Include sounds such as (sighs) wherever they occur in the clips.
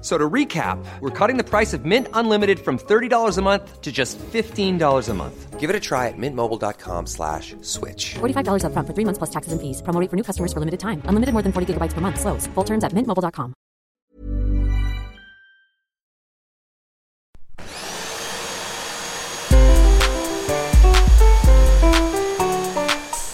So to recap, we're cutting the price of Mint Unlimited from $30 a month to just $15 a month. Give it a try at mintmobile.com slash switch. $45 upfront for three months plus taxes and fees. Promo rate for new customers for limited time. Unlimited more than 40 gigabytes per month. Slows. Full terms at mintmobile.com.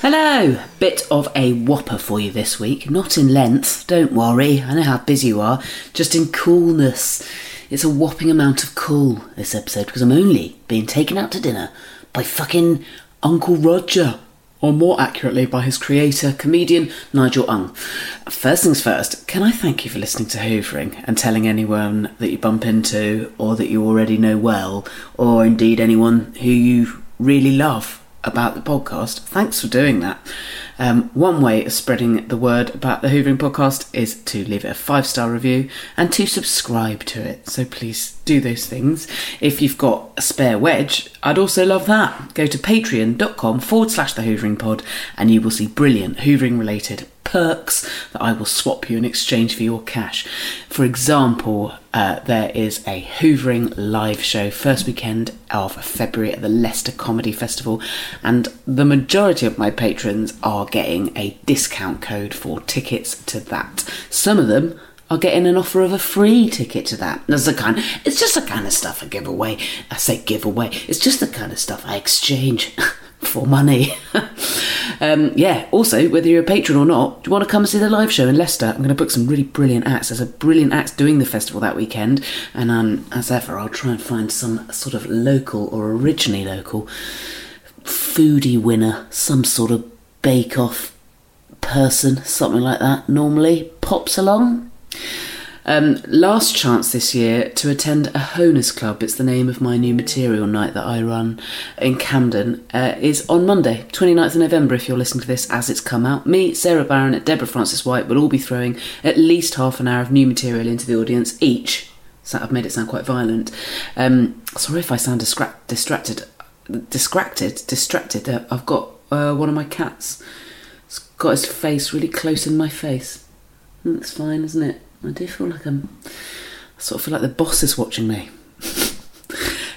Hello! Bit of a whopper for you this week. Not in length, don't worry, I know how busy you are, just in coolness. It's a whopping amount of cool this episode because I'm only being taken out to dinner by fucking Uncle Roger. Or more accurately, by his creator, comedian Nigel Ung. First things first, can I thank you for listening to Hoovering and telling anyone that you bump into or that you already know well, or indeed anyone who you really love about the podcast. Thanks for doing that. Um, one way of spreading the word about the Hoovering podcast is to leave it a five star review and to subscribe to it. So please do those things. If you've got a spare wedge, I'd also love that. Go to patreon.com forward slash the Hoovering pod and you will see brilliant Hoovering related perks that I will swap you in exchange for your cash. For example, uh, there is a Hoovering live show first weekend of February at the Leicester Comedy Festival, and the majority of my patrons are getting a discount code for tickets to that. Some of them are getting an offer of a free ticket to that. That's the kind. It's just the kind of stuff I give away. I say give away. It's just the kind of stuff I exchange. (laughs) for money. (laughs) um, yeah, also, whether you're a patron or not, do you want to come and see the live show in Leicester? I'm going to book some really brilliant acts. There's a brilliant act doing the festival that weekend, and um, as ever, I'll try and find some sort of local or originally local foodie winner, some sort of bake off person, something like that, normally pops along. Um, last chance this year to attend a Honus Club. It's the name of my new material night that I run in Camden. Uh, is on Monday, 29th of November, if you're listening to this as it's come out. Me, Sarah Barron, and Deborah Francis White will all be throwing at least half an hour of new material into the audience each. So I've made it sound quite violent. Um, sorry if I sound discra- distracted. Distracted? Distracted. Uh, I've got uh, one of my cats. It's got his face really close in my face. That's fine, isn't it? I do feel like I'm. I sort of feel like the boss is watching me. (laughs)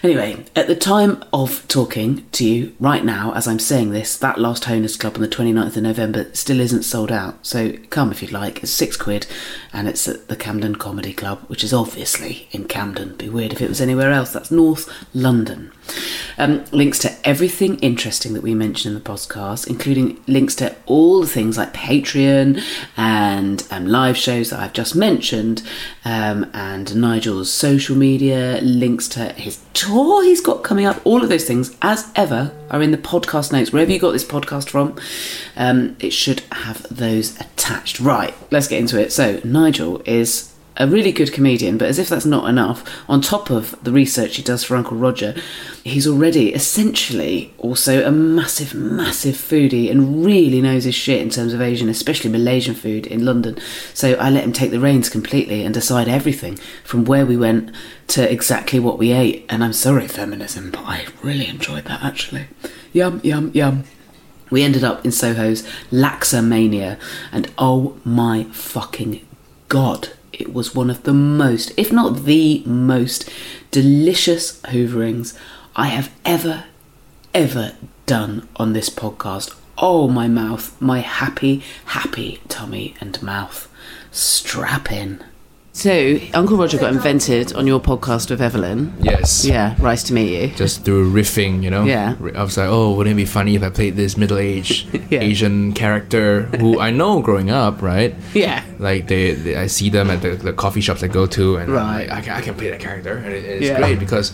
Anyway, at the time of talking to you right now, as I'm saying this, that last Honers Club on the 29th of November still isn't sold out. So come if you'd like. It's six quid, and it's at the Camden Comedy Club, which is obviously in Camden. Be weird if it was anywhere else. That's North London. Um, links to everything interesting that we mention in the podcast, including links to all the things like Patreon and um, live shows that I've just mentioned, um, and Nigel's social media, links to his tour he's got coming up. All of those things, as ever, are in the podcast notes. Wherever you got this podcast from, um, it should have those attached. Right, let's get into it. So, Nigel is a really good comedian, but as if that's not enough, on top of the research he does for Uncle Roger, he's already essentially also a massive, massive foodie and really knows his shit in terms of Asian, especially Malaysian food in London. So I let him take the reins completely and decide everything from where we went to exactly what we ate. And I'm sorry, feminism, but I really enjoyed that actually. Yum, yum, yum. We ended up in Soho's Laxamania, and oh my fucking god, it was one of the most, if not the most, delicious hooverings I have ever, ever done on this podcast. Oh, my mouth, my happy, happy tummy and mouth. Strap in. So, Uncle Roger got invented on your podcast with Evelyn. Yes. Yeah, nice to meet you. Just through riffing, you know. Yeah. I was like, oh, wouldn't it be funny if I played this (laughs) middle-aged Yeah. Asian character who I know growing up, right? Yeah. Like they, they I see them at the, the coffee shops I go to, and I'm Right. like, I, can, I can play that character, and it- it's Yeah. great because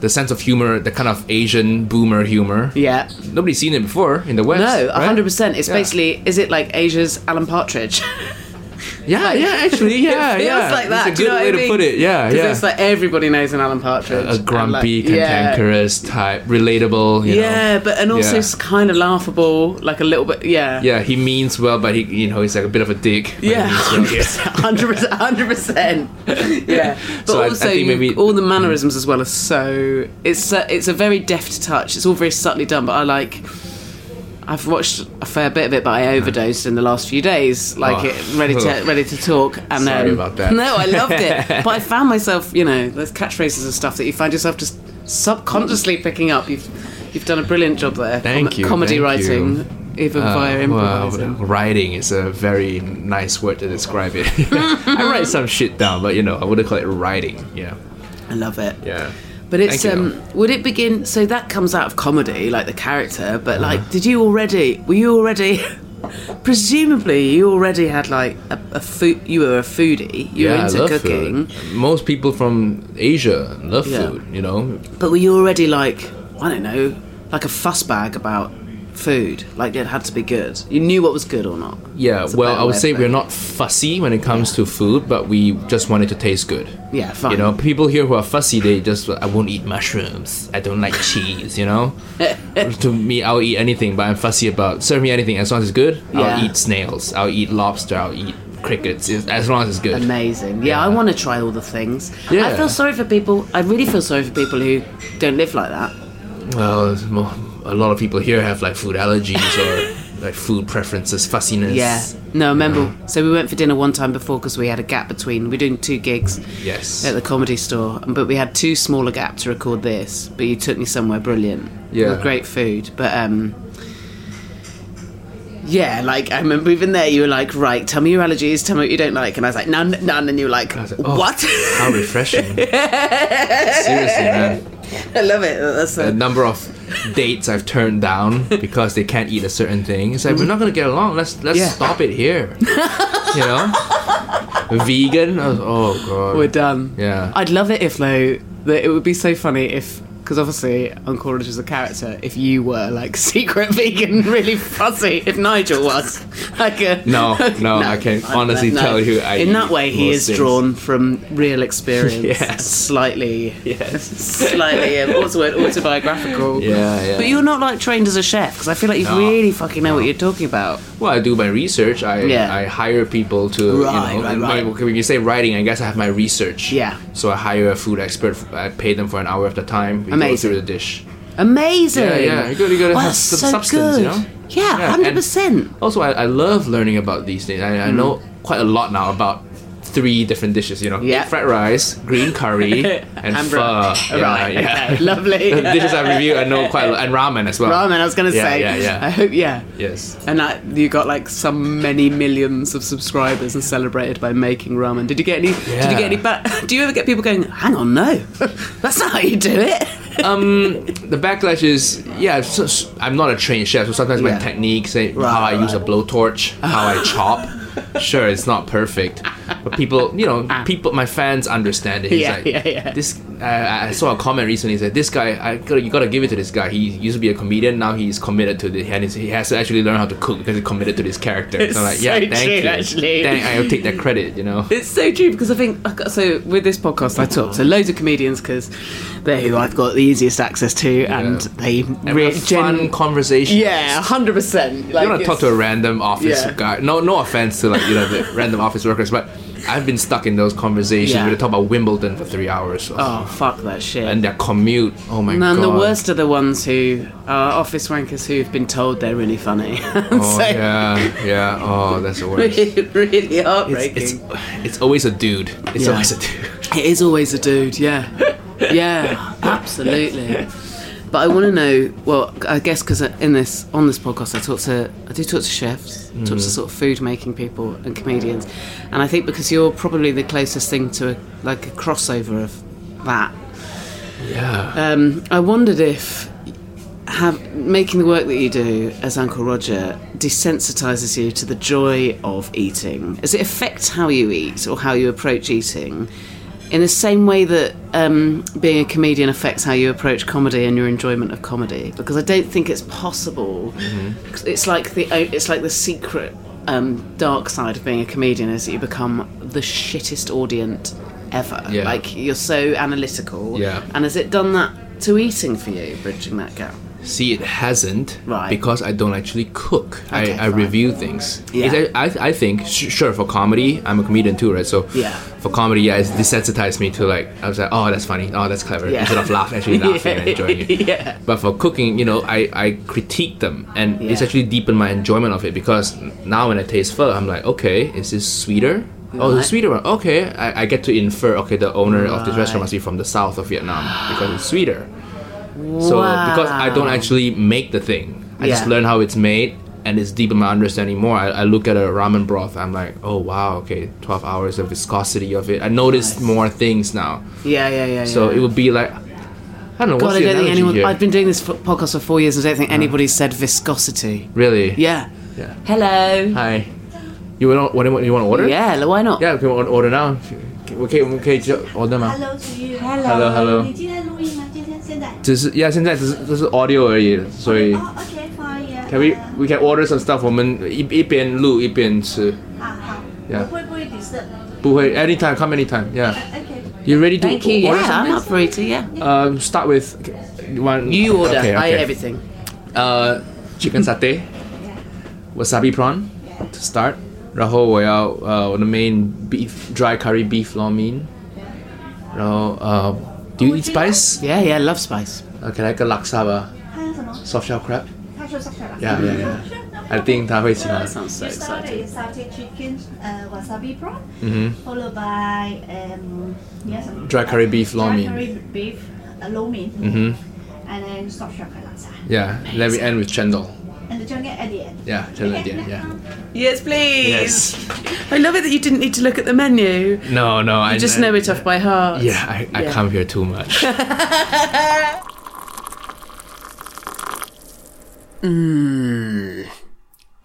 the sense of humor, the kind of Asian boomer humor. Yeah. Nobody's seen it before in the West. No, right? 100%. It's Yeah. basically, is it like Asia's Alan Partridge? (laughs) Yeah, yeah, actually, yeah, it feels yeah. like that. It's a do you good know way what I to mean? put it. Yeah, 'Cause yeah. It's like everybody knows an Alan Partridge, a and, grumpy, like, yeah. cantankerous type, relatable. You know. Yeah, but and also Yeah. it's kind of laughable, like a little bit. Yeah, Yeah, he means well, but he, you know, he's like a bit of a dick. but he (laughs) yeah, means well. hundred percent, hundred percent, hundred (laughs) percent. Yeah, but So I- I also think you- maybe- Mm. all the mannerisms as well are so. It's a, it's a very deft touch. It's all very subtly done, but I like. I've watched a fair bit of it, but I overdosed in the last few days, like Oh. it, ready to (laughs) Ugh. ready to talk. And Sorry um, about (laughs) that. No, I loved (laughs) it, but I found myself, you know, there's catchphrases and stuff that you find yourself just subconsciously picking up. You've you've done a brilliant job there. Thank you, Comedy thank writing, even Uh, via well, improvising. writing is a very nice word to describe it. (laughs) I write some shit down, but you know, I wouldn't call it writing. Yeah, I love it. yeah. But it's Thank you. um would it begin so that comes out of comedy, like the character, but Uh-huh. like did you already were you already (laughs) presumably you already had like a, a food you were a foodie, you were yeah, I into love cooking. Food. Most people from Asia love Yeah. food. You know, But were you already like I don't know, like a fuss bag about food? Like it had to be good. You knew what was good or not. yeah. It's a Well, better I way would of say putting we're it. not fussy when it comes to food, but we just want it to taste good. Yeah, fine. You know, people here who are fussy, they just I won't eat mushrooms. I don't like cheese. (laughs) You know, to me, I'll eat anything, but I'm fussy about serve me anything as long as it's good. Yeah. I'll eat snails. I'll eat lobster. I'll eat crickets as as long as it's good. Amazing. Yeah, I want to try all the things. I Yeah. feel sorry for people. I really feel sorry for people who don't live like that. Well, it's mo- a lot of people here have like food allergies (laughs) or like food preferences, fussiness. Yeah. No, I remember. So we went for dinner one time before because we had a gap between. We were doing two gigs Yes. at the comedy store, but we had two smaller gaps to record this. But you took me somewhere brilliant. Yeah. With great food. But, um,. Yeah, like I remember even there, you were like, "Right, tell me your allergies, tell me what you don't like," and I was like, "None, none," and you were like, I was like, oh, "What?" (laughs) How refreshing. Seriously, man. I love it. That's The a, number of dates I've turned down because they can't eat a certain thing. It's like we're not gonna get along. Let's let's Yeah. stop it here. you know, vegan. I was, oh god. we're done. Yeah. I'd love it if though that it would be so funny if because obviously Uncle Roger is a character. If you were like (laughs) secret vegan, really fuzzy, if Nigel was like a No, (laughs) no, I can honestly tell you I in that eat way he most is things. drawn from real experience. (laughs) Yes. slightly, Yes. slightly. (laughs) Um, what's the word? Autobiographical. Yeah, yeah. But you're not like trained as a chef because I feel like you No, really fucking know what you're talking about. Well, I do my research. I Yeah. I hire people to Right, you know. right, and right. My, when you say writing, I guess I have my research. Yeah. So I hire a food expert. I pay them for an hour of the time. We Amazing. Go through the dish. Amazing. Yeah, yeah. You gotta, you gotta Wow, have that's some so substance. good. You know. Yeah, Yeah, hundred and- percent. Mm. Also, I, I love learning about these things. I, I know quite a lot now about three different dishes. You know, Yeah. fried rice, green curry, (laughs) And and pho. broth. Yeah, Right, yeah. okay, (laughs) lovely. The (laughs) dishes I review, I know quite a lot, and ramen as well. Ramen, I was going to Yeah, say. yeah, (laughs) I yeah. hope, yeah. Yes. And that you got like so many millions of subscribers and celebrated by making ramen. Did you get any? Did you Yeah. get any? But do you ever get people going? Hang on, no, (laughs) that's not how you do it. Um, Mm, the backlash is yeah it's just- i'm not a trained chef so sometimes Yeah. my technique say how i use a blowtorch how i chop sure it's not perfect but people you know people my fans understand it He's Yeah, like, yeah, yeah. this I I saw a comment recently said this guy I gotta, you gotta give it to this guy he used to be a comedian now he's committed to the and he's- he has to actually learn how to cook because he's committed to this character It's so I'm like so yeah thank true, you actually. Thank- I'll take that credit you know (laughs) It's so true because I think I've got- so with this podcast I talk to loads of comedians because they're who I've got the easiest access to and they and we have fun conversation yeah, hundred percent. you want to talk to a random office Yeah. guy. No, no offense to like you know (laughs) the random office workers, but I've been stuck in those conversations. Yeah. where We're talk about Wimbledon for three hours, Oh fuck that shit. and their commute. Oh my And god! the worst are the ones who are office wankers who've been told they're really funny. (laughs) And Oh, so yeah, yeah. Oh, (laughs) that's the worst. It's, really, really heartbreaking. it's it's always a dude. It's Yeah. always a dude. (laughs) It is always a dude, (laughs) yeah. Yeah, absolutely. But I want to know. Well, I guess because in this on this podcast, I talk to I do talk to chefs, talk to sort of food making people and comedians, and I think because you're probably the closest thing to a, like a crossover of that. Yeah. Um, I wondered if have making the work that you do as Uncle Roger desensitizes you to the joy of eating. Does it affect how you eat or how you approach eating? In the same way that um, being a comedian affects how you approach comedy and your enjoyment of comedy, because I don't think it's possible. It's like the o- it's like the secret um, dark side of being a comedian is that you become the shittest audience ever. Yeah. Like you're so analytical. Yeah. And has it done that to eating for you, bridging that gap? See, it hasn't Right. because I don't actually cook. Okay, I, I fine. review things. Yeah. It's- I, I, I think, sh- sure, for comedy, I'm a comedian too, right? So Yeah. for comedy, yeah, it's desensitized me to like, I was like, oh, that's funny. Oh, that's clever. Yeah. Instead (laughs) of laugh, actually laughing and enjoying it. yeah. But for cooking, you know, I, I critique them and it's Yeah. actually deepened my enjoyment of it because now when I taste pho, I'm like, okay, is this sweeter? Oh, the Right. sweeter one. Okay, I, I get to infer. Okay, the owner of this Right. restaurant must be from the south of Vietnam because it's sweeter. So because I don't Wow. actually make the thing, I just Yeah. learn how it's made, and it's deep in my understanding more. I, I look at a ramen broth, I'm like, oh wow, okay, twelve hours of viscosity of it. I notice more things now. Yeah, yeah, yeah. So yeah. it would be like, I don't know. God, what's I the don't think analogy anyone. here? I've been doing this fo- podcast for four years and I don't think anybody said viscosity. really. Yeah. Yeah. Hello. Hi. You want what, do you want? You want to order? Yeah, like, why not? Yeah. We can o- order now. Okay. Okay. ju- Order now. Hello to you. Hello, hello. 你今天录音吗？今天现在？只是，yeah，现在只是这是 audio 而已，所以 Oh, okay, fine, yeah. can we we can order some stuff。我们一一边录一边吃。好好。 Yeah. Uh, 我会不会 disturb？不会, anytime, come anytime. Yeah. Okay. You ready to Thank you. Yeah, order I'm something? up for eating. Yeah. Um, start with okay, one. You order. Okay, I eat okay. everything. Uh, chicken satay, wasabi prawn to start. 然后我要呃我的 main beef dry curry beef lo mein. 然后呃 uh, do you eat spice? Yeah, yeah. Love spice. Okay, like a laksa 吧 soft shell crab. 还有什么？他说上去了。 Yeah, yeah, yeah. I think 他会喜欢。 That sounds so You start exciting. with satay chicken, uh, wasabi prawn, followed by um, yes, Mm-hmm. Dry curry beef lo dry mein. curry beef, uh, lo mein, mm-hmm. and then soft shell laksa, Yeah, let me end with chendol. and the jungle at the end. Yeah, chendol at the end. Yeah. Yes, please. Yes. I love it that you didn't need to look at the menu. No, no. I You just know it off by heart. Yeah, I, I Yeah. come here too much.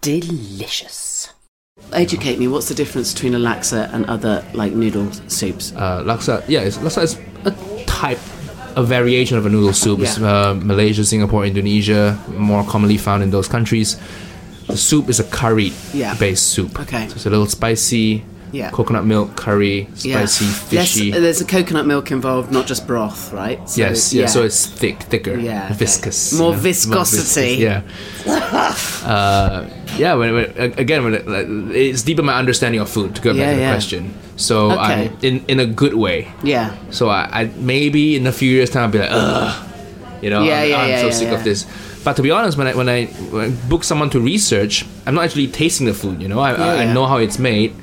Delicious. Educate me. What's the difference between a laksa and other like noodle soups? uh, laksa. Yeah, it's, laksa is a type, a variation of a noodle soup. It's, Yeah. uh, Malaysia, Singapore, Indonesia, more commonly found in those countries. The soup is a curry-based Yeah. soup. Okay. so it's a little spicy. Yeah. coconut milk curry, spicy, Less- fishy. there's a coconut milk involved, not just broth, right? So, Yes, yeah. So it's thick, thicker, Yeah, okay. viscous, More you know, viscosity. (laughs) yeah, uh, yeah. When, when a- again, when it, like, it's deep in my understanding of food. To go back Yeah, to the yeah. question, so Okay. I in in a good way. yeah. So I, I maybe in a few years time I'll be like, ugh, you know, Yeah, I'm, yeah, I'm yeah, so yeah, sick yeah. of this. But to be honest, when I when I, when I book someone to research, I'm not actually tasting the food. You know, I, I, Yeah, I yeah. know how it's made.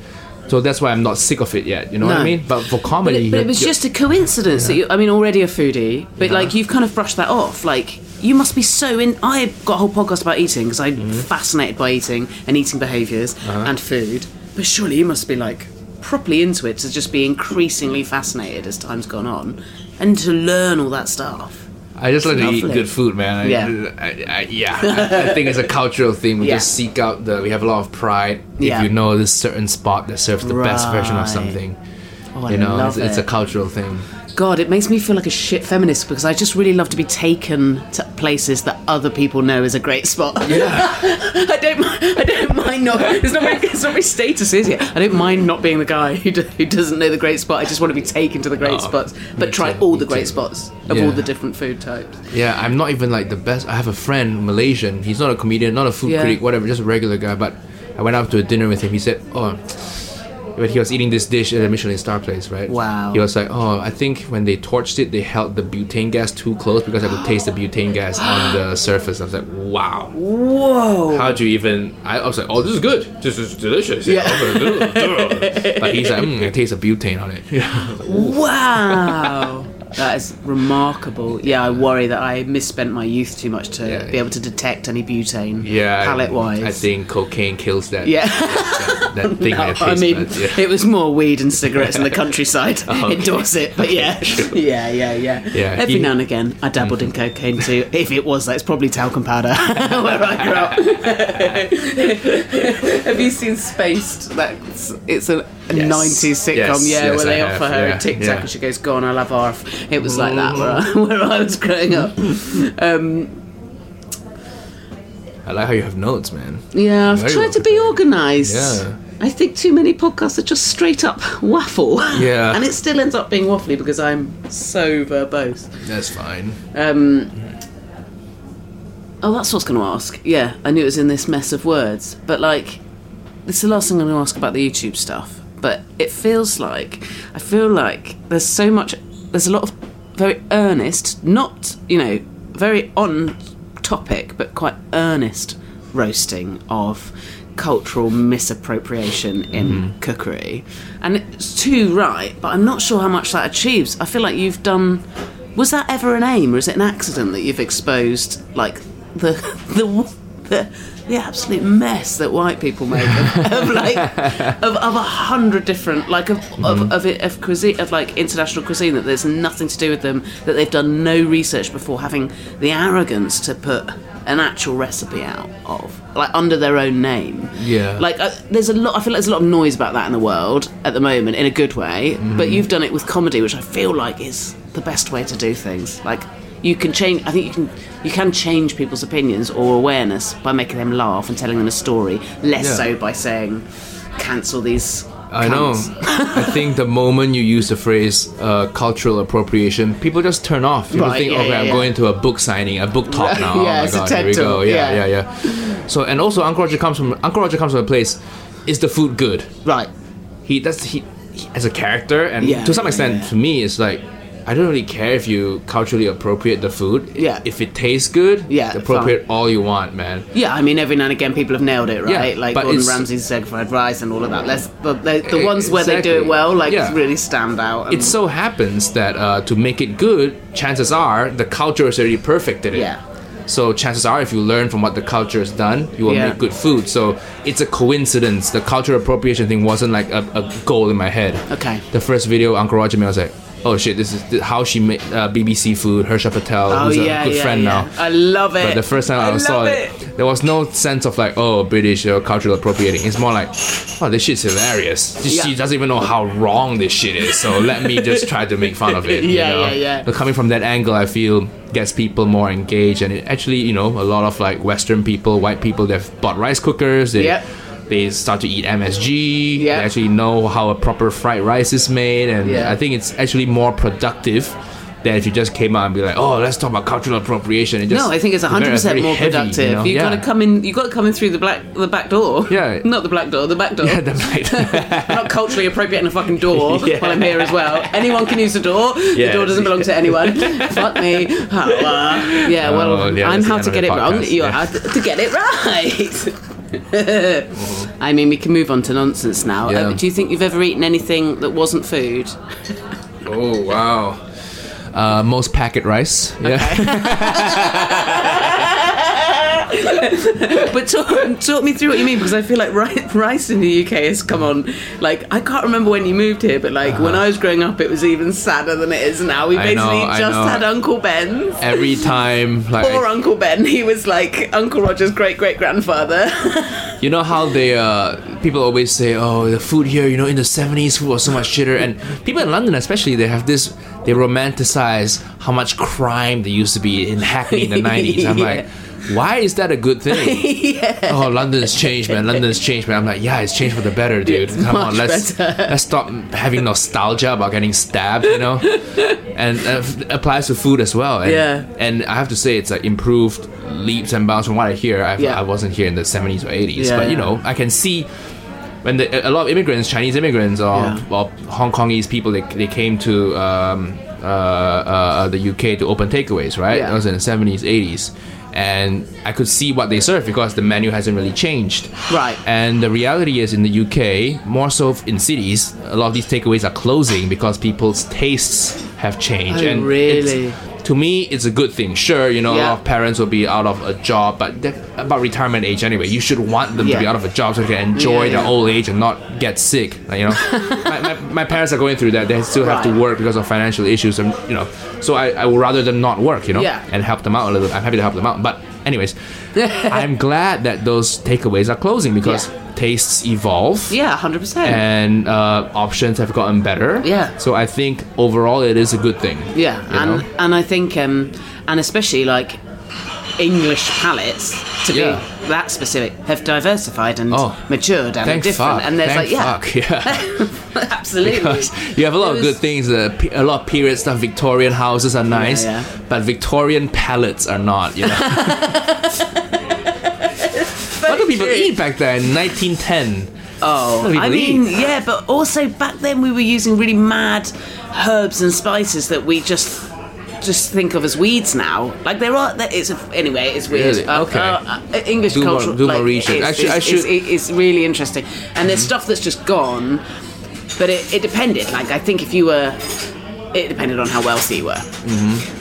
So that's why I'm not sick of it yet. You know what I No. mean? But for But comedy, it, but it you're- was you're- just a coincidence that you, I mean, already a foodie, but like you've kind of brushed that off. Like, you must be so in. I got a whole podcast about eating because I'm Mm-hmm. fascinated by eating and eating behaviors Uh-huh. and food. But surely you must be like properly into it to just be increasingly fascinated as time's gone on and to learn all that stuff. I just like to eat Lovely. good food, man. I, Yeah. I, I, yeah. I, I think it's a cultural thing. We Yeah. just seek out the. We have a lot of pride Yeah. if you know this certain spot that serves the best version of Right. something. Oh, I you know, love it's, it's it. a cultural thing. God, it makes me feel like a shit feminist because I just really love to be taken to places that other people know is a great spot. (laughs) I don't, mi- I don't mind not. It's not my, it's not my status, is it? I don't mind not being the guy who, do, who doesn't know the great spot. I just want to be taken to the great Oh, spots, me but try too, all me the great too. spots of Yeah. all the different food types. Yeah, I'm not even like the best. I have a friend, Malaysian. He's not a comedian, not a food Yeah. critic, whatever, just a regular guy. But I went out to a dinner with him. He said, "Oh, but he was eating this dish at a Michelin star place, right? Wow. He was like, "Oh, I think when they torched it, they held the butane gas too close because I could taste the butane gas on the surface." I was like, "Wow, whoa! How do you even?" I was like, "Oh, this is good. This is delicious." Yeah. but he's like, mm, "I taste a butane on it." (laughs) Wow. That is remarkable. Yeah, I worry that I misspent my youth too much to Yeah. be able to detect any butane Yeah. palette wise. I think cocaine kills that. Yeah. that, that (laughs) thing. that I tastes mean, bad, yeah. it was more weed and cigarettes (laughs) in the countryside in Dorset, but (laughs) yeah, yeah, yeah, Oh, yeah. Mm-hmm. Yeah, Every he- now and again, I dabbled in cocaine too. If it was that, it's probably talcum powder (laughs) where I grew up. (laughs) Have you seen Spaced? That's it's a a Yes. 90s sitcom, Yes, yeah, yes, where they I offer have, her yeah, a tic tac yeah. and she goes, "Go on, I'll have half." It was like that where I, (laughs) where I was growing up. Um, I like how you have (laughs) notes, man. yeah, I've Very well tried to be prepared. organised. Yeah. I think too many podcasts are just straight up waffle. (laughs) Yeah. and it still ends up being waffly because I'm so verbose. That's fine. Um, oh, that's what I was going to ask. Yeah, I knew it was in this mess of words. But, like, this is the last thing I'm going to ask about the YouTube stuff. But it feels like, I feel like there's so much, there's a lot of very earnest, not, you know, very on topic, but quite earnest roasting of cultural misappropriation in cookery. And it's too right, but I'm not sure how much that achieves. I feel like you've done. Was that ever an aim, or is it an accident that you've exposed like the (laughs) the the, the absolute mess that white people make of, of like of, of a hundred different like of of of, it, of cuisine of like international cuisine that there's nothing to do with them that they've done no research before having the arrogance to put an actual recipe out of like under their own name Yeah. like uh, there's a lot i feel like there's a lot of noise about that in the world at the moment in a good way Mm-hmm. but you've done it with comedy which i feel like is the best way to do things like you can change i think you can you can change people's opinions or awareness by making them laugh and telling them a story less Yeah. so by saying cancel these I know. cunts." (laughs) I think the moment you use the phrase uh, cultural appropriation, people just turn off. People Right, think, yeah, okay, yeah, I'm yeah. going to a book signing, a (laughs) book talk now. Yeah, oh my it's a god, TED here we go. talk, Yeah, yeah, yeah. yeah, So and also Uncle Roger comes from Uncle Roger comes from a place. Is the food good? right He that's he, he as a character and Yeah, to some extent yeah. to me it's like I don't really care if you culturally appropriate the food. Yeah. If it tastes good, Yeah, appropriate all you want, man. yeah, I mean, every now and again, people have nailed it, right? Yeah, like but Gordon it's- Ramsay's egg fried rice and all of that. Let's, the, the, the E- ones where they do it exactly. well, like, Yeah. really stand out. and- It so happens that uh, to make it good, chances are the culture is already perfected it. Yeah. So chances are, if you learn from what the culture has done, you will Yeah. make good food. So it's a coincidence. The cultural appropriation thing wasn't like a, a goal in my head. Okay. The first video Uncle Roger made, I was like, oh shit, this is th- how she made uh, BBC food. Hersha Patel, oh, who's yeah, a good yeah, friend yeah. now. I love it. But the first time I, love saw it, there was no sense of like, oh, British or cultural appropriating. It's more like, oh, this shit's hilarious. This- Yeah. She doesn't even know how wrong this shit is, so let me just try to make fun of it. you (laughs) Yeah, know? yeah, yeah. But coming from that angle, I feel gets people more engaged, and it actually, you know, a lot of like Western people, white people, they've bought rice cookers. They, Yep. They start to eat MSG. Yep. They actually know how a proper fried rice is made, and Yeah. I think it's actually more productive than if you just came out and be like, "Oh, let's talk about cultural appropriation." It just- No, I think it's very- hundred percent very more heavy, productive. You know? You've yeah. got to come in. You've got to come in through the black, the back door. Yeah. (laughs) not the black door, the back door. Yeah, (laughs) the black- (laughs) I'm not culturally appropriating a fucking door (laughs) Yeah. while I'm here as well. Anyone can use the door. Yeah. The door doesn't belong to anyone. (laughs) Fuck me. Oh, uh, yeah, well, Oh, yeah, I'm that's how the to end get of it the wrong. podcast, You're yeah. how to, to get it right. (laughs) I mean, we can move on to nonsense now. Mm-hmm. Yeah. Uh, do you think you've ever eaten anything that wasn't food? Oh wow. Uh, most packet rice. Yeah. But talk, talk me through what you mean because I feel like rice, rice in the UK has come on. Like I can't remember when you moved here, but like when I was growing up, it was even sadder than it is now. We Uh-huh. I basically know, I just know. had Uncle Ben's. (laughs) Every time, like Poor Uncle Ben. He was like Uncle Roger's great great (laughs) grandfather. you know how they uh, people always say, "Oh, the food here." You know, in the '70s, food was so much shitter, and people in London, especially, they have this. They romanticize how much crime there used to be in Hackney in the '90s. (laughs) I'm like, why is that a good thing? (laughs) Oh, London's changed, man. London's changed, man. I'm like, yeah, it's changed for the better, dude. Come on, much let's let's stop having nostalgia about getting stabbed, you (laughs) know. And uh, f- applies to food as well. And, Yeah. And I have to say, it's like improved leaps and bounds from what I hear. I've, Yeah. I wasn't here in the '70s or '80s Yeah, but you yeah. know, I can see when the, a lot of immigrants, Chinese immigrants or, Yeah. or Hong Kongese people, they, they came to um, uh, uh, the UK to open takeaways, right? Yeah. That was in the 70s, 80s. And I could see what they serve because the menu hasn't really changed. Right. And the reality is in the UK, more so in cities, a lot of these takeaways are closing because people's tastes have changed. Oh, and really? it's- To me, it's a good thing. Sure, you know, a Yeah. lot of parents will be out of a job, but they're about retirement age anyway. You should want them to be Yeah. out of a job so they can enjoy Yeah, their yeah. old age and not get sick. (laughs) like, you know, my, my, my parents are going through that. They still have Right. to work because of financial issues, and you know, so I, I would rather them not work, you know, Yeah. and help them out a little. I'm happy to help them out, but (laughs) anyways, I'm glad that those takeaways are closing because Yeah. tastes evolve yeah, hundred percent. and uh, options have gotten better. Yeah. So I think overall it is a good thing. Yeah, You and know? and I think um, and especially like English palates to Yeah. be that specific have diversified and Oh, matured and are Thank different. fuck. And there's like Thank yeah, fuck. (laughs) Yeah. (laughs) absolutely. Because you have a lot It of good was- things. Uh, pe- a lot of period stuff. Victorian houses are nice, yeah. but Victorian palates are not. You know. (laughs) what do people eat back then? in 1910. Oh, What do I people mean, yeah, but also back then we were using really mad herbs and spices that we just just think of as weeds now. Like there are, there, it's a, anyway, it's weird. Really? Okay. uh, English Do more- culture, do more like, research. It's, I should- I it's- should- Mm-hmm. it's- it's really interesting, and there's stuff that's just gone. But it, it depended. Like I think if you were, it depended on how wealthy you were.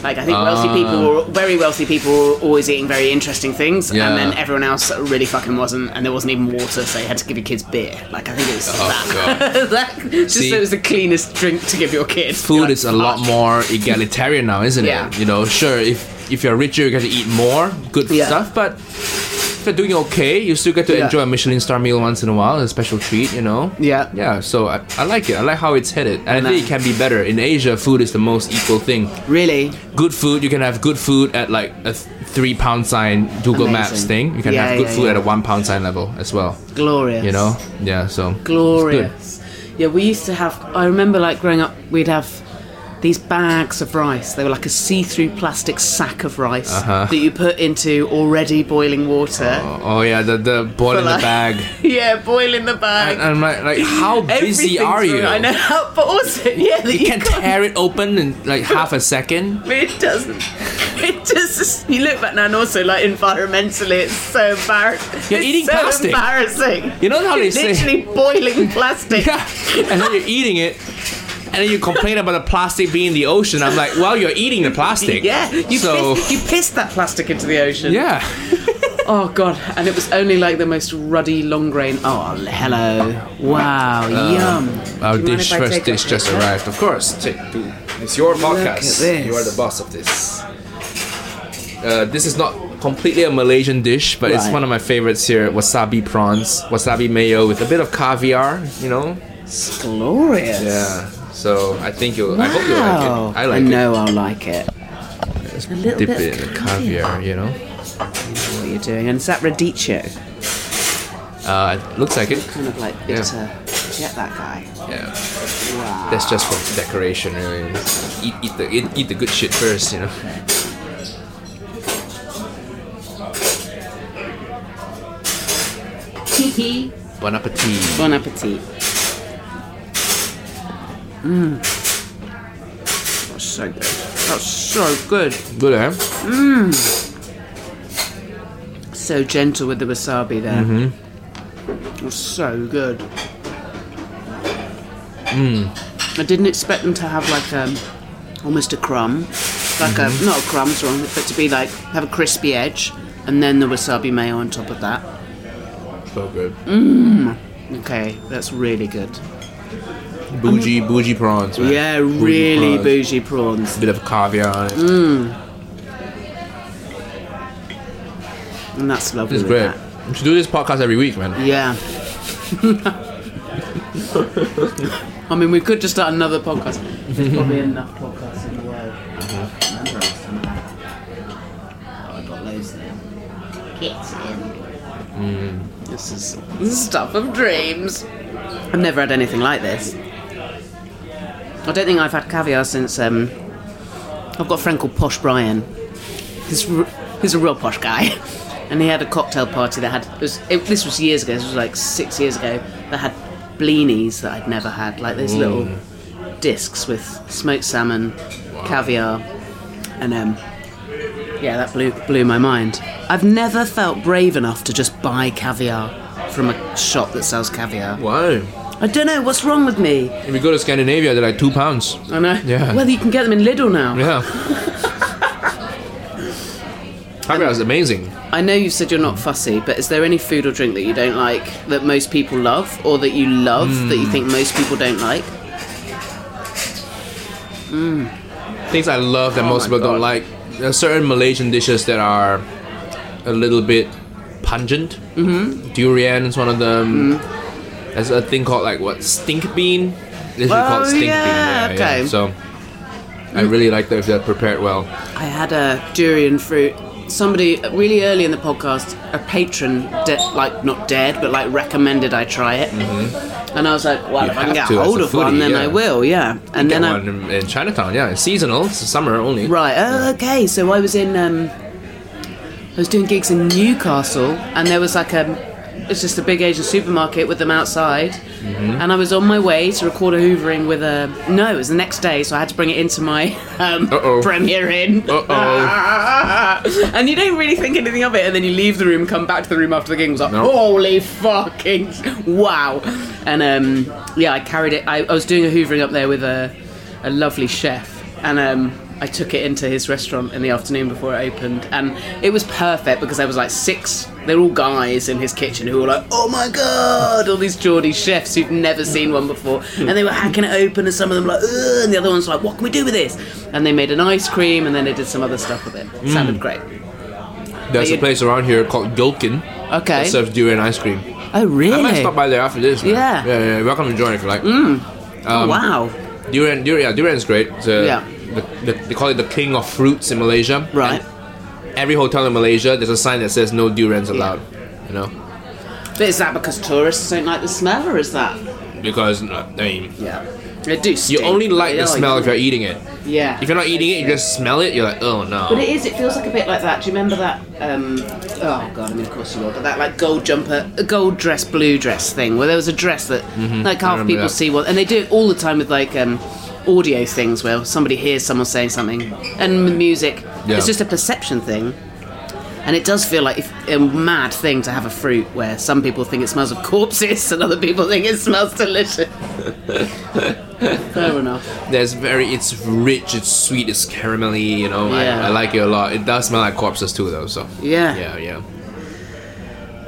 Like I think Ah. wealthy people, were, very wealthy people, were always eating very interesting things, Yeah. and then everyone else really fucking wasn't, and there wasn't even water, so you had to give your kids beer. Like I think it was that. (laughs) that just Oh, See? so it was the cleanest drink to give your kids. Food You're like, is a lot "Fuck." more egalitarian now, isn't Yeah. it? You know, sure. If if you're richer, you get to eat more good Yeah. stuff, but if you're doing okay, you still get to Yeah. enjoy a Michelin star meal once in a while, a special treat. You know. Yeah. Yeah. So I, I like it. I like how it's headed, and I, know. think it can be better. In Asia, food is the most equal thing. Really? good food. You can have good food at like a th- three pound sign Google Amazing. Maps thing. You can Yeah, have good yeah, food yeah. at a one pound sign level as well. Glorious. You know, yeah. So it's good. glorious. Yeah, we used to have. I remember, like growing up, we'd have these bags of rice. They were like a see-through plastic sack of rice that you put into already boiling water. Uh-huh. Oh yeah, the the boil in the like- bag. (laughs) yeah, boiling the bag. And I'm like, like how busy (laughs) Everything's are wrong. you? I know, how- (laughs) but also, yeah, that You you can (laughs) tear it open in like half a second. It doesn't. It just. You look back now, and also like environmentally, it's so embarrassing. You're it's eating so plastic. Embarrassing. You know how they say- literally boiling (laughs) plastic. (laughs) Yeah, and then you're eating it, and then you complain about the plastic being in the ocean. I'm like, well, you're eating the plastic. Yeah, you so pissed, you pissed that plastic into the ocean. yeah. Oh god, and it was only like the most ruddy long grain. Oh hello! Wow, yum. Our Do you mind if dish I Um, oh, first take dish off just your hat? arrived. Of course, take two. It's your at this. podcast. You are the boss of this. Uh, this is not completely a Malaysian dish, but it's Right. one of my favorites here. Wasabi prawns, wasabi mayo with a bit of caviar. You know. It's glorious. Yeah. So I think you. will Wow. I hope you like it. I like know I'll like it. it. A little Dip bit it of in the caviar. You know. What you're doing, and is that radicchio? Uh, it looks like it. Kind of like Yeah. bitter. Get that guy. Yeah. Wow. That's just for decoration, really. Eat, eat the eat, eat the good shit first, you know. Bon appetit. Bon appetit. Mm. Mmm. That's so good. That's so good. Good, eh? so gentle with the wasabi there. Mm-hmm. It was so good. I didn't expect them to have like um almost a crumb, like a not a crumb's wrong, but to be like have a crispy edge, and then the wasabi mayo on top of that. So good. Mm. Okay, that's really good. Bougie, bougie prawns. man. Yeah, Bougie really prawns. bougie Mm. prawns. Bit of caviar on it. And Mm, that's lovely. It's with great. that. Mm. We should do this podcast every week, man. Yeah. (laughs) I mean, we could just start another podcast. There's (laughs) probably enough podcasts in the world. Remember last time I had- Oh, I got loads now. Get in. Mm. This is this is stuff of dreams. I've never had anything like this. I don't think I've had caviar since um, I've got a friend called Posh Brian. He's r- he's a real posh guy, (laughs) and he had a cocktail party that had it was, it, this was years ago. This was like six years ago. That had blinis that I'd never had, like those little discs with smoked salmon, caviar, and um, yeah, that blew blew my mind. I've never felt brave enough to just buy caviar from a shop that sells caviar. Why? I don't know what's wrong with me. If we go to Scandinavia, they're like two pounds. I know. Yeah. Whether you can get them in Lidl now. (laughs) Yeah. Caviar is amazing. I know you said you're not fussy, but is there any food or drink that you don't like that most people love, or that you love that you Hmm. think most people don't like? Things I love that most Oh my people God. don't like. There are certain Malaysian dishes that are a little bit pungent. Mm-hmm. Durian is one of them. Mm-hmm. There's a thing called like what stink bean. This is Oh, called stink yeah, bean. okay. Mm. So I really like that if they're prepared well. I had a durian fruit. Somebody really early in the podcast, a patron, de- like not dead, but like recommended I try it, and I was like, "Well, Mm-hmm. You if I can have get to as hold a of one, foodie, then yeah. I will." Yeah, and Get then I one in, in Chinatown. Yeah, it's seasonal. It's summer only. Right. Oh, okay. So I was in. Um, I was doing gigs in Newcastle, and there was like a. It's just a big Asian supermarket with them outside, and I was on my way to record a hoovering with a. No, it was the next day, so I had to bring it into my (laughs) um, Uh-oh. premiere in. Uh-oh. (laughs) and you don't really think anything of it, and then you leave the room, come back to the room after the gig, and was like, No. holy fucking wow! And um, yeah, I carried it. I, I was doing a hoovering up there with a a lovely chef, and um, I took it into his restaurant in the afternoon before it opened, and it was perfect because there was like six. They're all guys in his kitchen who were like, "Oh my god!" All these Geordie chefs who've never seen one before, and they were hacking it open, and some of them were like, Ugh, and the other ones were like, "What can we do with this?" And they made an ice cream, and then they did some other stuff with it. Mm. Sounded great. There's a you- place around here called Gilkin Okay. that serves durian ice cream. oh really? I might stop by there after this. man. Yeah. yeah, yeah. Welcome to join if you like. Um, Oh, wow. Durian, durian, yeah, durian is great. It's, uh, Yeah. The, the, they call it the king of fruits in Malaysia. Right. And every hotel in Malaysia, there's a sign that says no durians allowed. You know, But is that because tourists don't like the smell, or is that? because uh, I mean, Yeah. They do you stink. only like They the are, smell you- if you're eating it. Yeah. If you're not eating it, you just smell it. You're like, oh no. But it is. It feels like a bit like that. Do you remember that? Um, oh god, I mean, of course you will. But that like gold jumper, uh, gold dress, blue dress thing, where there was a dress that like half Mm-hmm. remember people that. see one, and they do it all the time with like um, audio things, where somebody hears someone saying something, and with music. Yeah. It's just a perception thing. And it does feel like if, a mad thing to have a fruit where some people think it smells of corpses and other people think it smells (laughs) delicious. Fair enough. There's very, it's rich, it's sweet, it's caramelly. You know, Yeah. I, I like it a lot. It does smell like corpses too, though. So Yeah. yeah, yeah.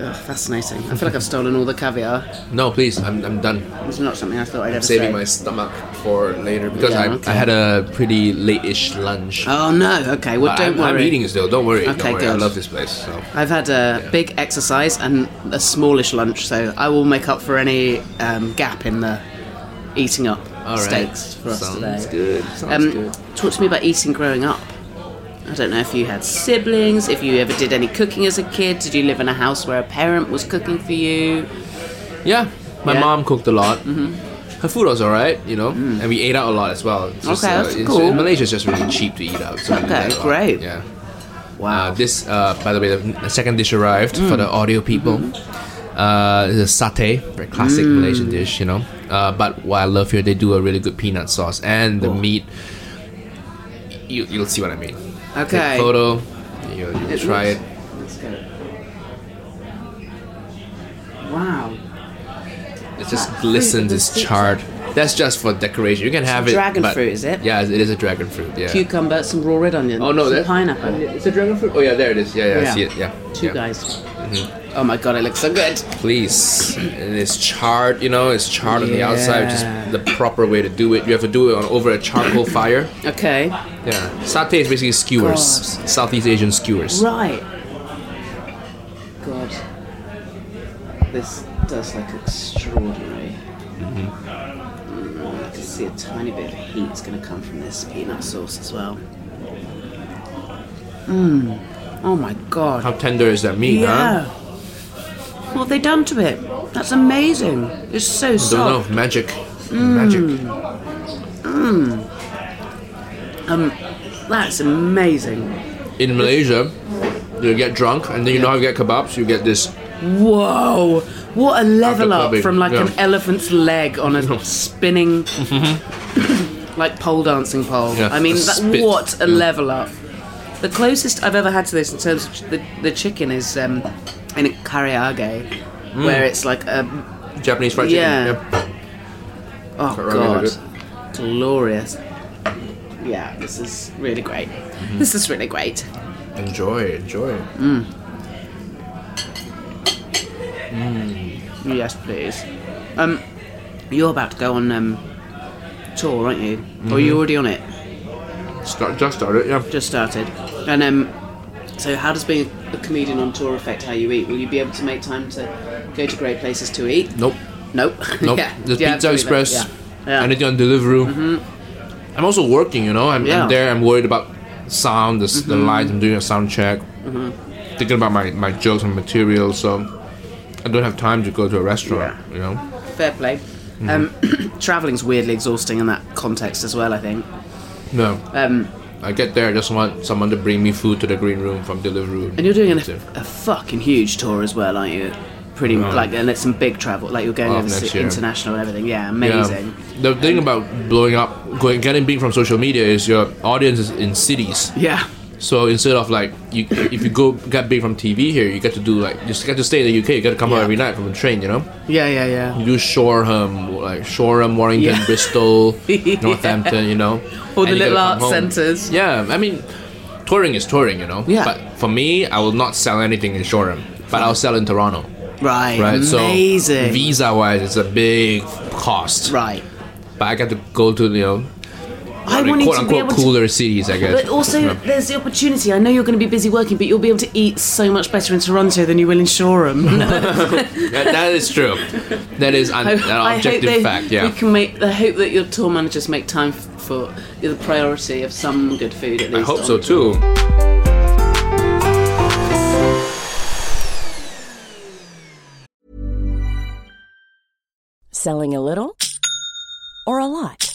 Ugh, fascinating. I feel like I've stolen all the caviar. No, please, I'm, I'm done. It's not something I thought I'd ever saving say. my stomach for later because Yeah, I, okay. I had a pretty late-ish lunch. Oh no. Okay. Well, But don't I'm, worry. I'm eating it still. Don't worry. Okay, don't worry. I good. love this place. So. I've had a big exercise and a smallish lunch, so I will make up for any um, gap in the eating up steaks for us Sounds today. good. Sounds Um, good. talk to me about eating growing up. I don't know if you had siblings, if you ever did any cooking as a kid. Did you live in a house where a parent was cooking for you? yeah. Yeah, my Mm-hmm. Mm. mom cooked a lot. Her food was alright, you know, and we ate out a lot as well. It's uh, Okay, that's it's- cool. In Malaysia, it's just really cheap to eat out. So we did Okay, that a lot. great. Yeah. Uh, Wow. this, uh, by the way, the the second dish arrived for Mm. the audio people. Mm-hmm. Uh, it's a satay, very classic Mm. Malaysian dish, you know. Uh, but what I love here, they do a really good peanut sauce and the meat. You, you'll see what I mean. Take Okay. photo. You'll, you'll try it. Let's go. Wow. It just That glistens. fruit It's with charred. That's just for decoration. You can have it. dragon but- fruit, is it? Yeah, it is a dragon fruit. Yeah. Cucumber, some raw red onion. Oh no, some that's pineapple. onion- It's a dragon fruit. Oh yeah, there it is. Yeah, yeah, I Yeah. see it. Yeah. Two yeah. Mm-hmm. guys. Oh my god, it looks so good. Please, and it's charred. You know, it's charred on the outside, which Yeah. is the proper way to do it. You have to do it on over a charcoal fire. Okay. Yeah, satay is basically skewers, God. Southeast Asian skewers. Right. God. This does look extraordinary. Mm-hmm. Mm, I can see a tiny bit of heat's going to come from this peanut sauce as well. Mmm. Oh my god. How tender is that meat? yeah. Huh? What have they done to it? That's amazing. It's so Don't soft. Mm. know. Magic. Magic. That's amazing. In Malaysia, you get drunk, and then you know how you get kebabs. You get this. Whoa! What a level up clubbing, from like yeah. an elephant's leg on (laughs) a spinning, (coughs) like pole dancing pole. Yeah, I mean, a that, spit. what a Yeah. level up! The closest I've ever had to this in terms of ch- the, the chicken is um, in Kariage, Mm. where it's like a Japanese fried chicken. Yeah. Yep. oh Karaage god, is glorious! Yeah, this is really great. Mm-hmm. This is really great. Enjoy, enjoy. Yes, please. Um, you're about to go on um, tour, aren't you? Or are you Mm-hmm. already on it? Start, just started, yeah. just started. And um, so, how does being a comedian on tour affect how you eat? Will you be able to make time to go to great places to eat? (laughs) Nope, Nope. nope. yeah. There's Yeah, Pizza absolutely. Express, Yeah. Yeah. anything on Deliveroo. I'm also working, you know. I'm, Yeah. Mm-hmm. I'm there, I'm worried about sound, the, s the lines, I'm doing a sound check, thinking about my, my jokes and material, so I don't have time to go to a restaurant, Yeah. you know. Fair play. Mm-hmm. Um, (clears throat) traveling's weirdly exhausting in that context as well. I think. No. Um, I get there, I just want someone to bring me food to the green room from Deliveroo. and you're doing an, That's it. a fucking huge tour as well, aren't you? Pretty Yeah. like, and it's some big travel. Like you're going Oh, overseas, next year. international and everything. Yeah, Yeah. amazing. The thing about blowing up, going, getting big from social media is your audience is in cities. Yeah. So instead of like, you, if you go get big from TV here, you get to do like, you just get to stay in the UK. You got to come out Yeah. every night from a train, you know. Yeah. Yeah. Yeah. You do Shoreham, like Shoreham, Warrington, Yeah. (laughs) Bristol, Northampton, you know. All the And you little gotta come arts home. centres. Yeah, I mean, touring is touring, you know. Yeah. But for me, I will not sell anything in Shoreham, but I'll sell in Toronto. Right. Right. So Amazing. visa wise, it's a big cost. Right. But I got to go to you know, I wanted quote to be unquote able to cooler cities. I guess. But also, Yeah. (laughs) there's the opportunity. I know you're going to be busy working, but you'll be able to eat so much better in Toronto than you will in Shoreham. (laughs) That- that is true. That is un- an objective they, fact. Yeah. We can make. I hope that your tour managers make time f- for the priority of some good food at I least. hope on so the tour. too. Selling a little or a lot?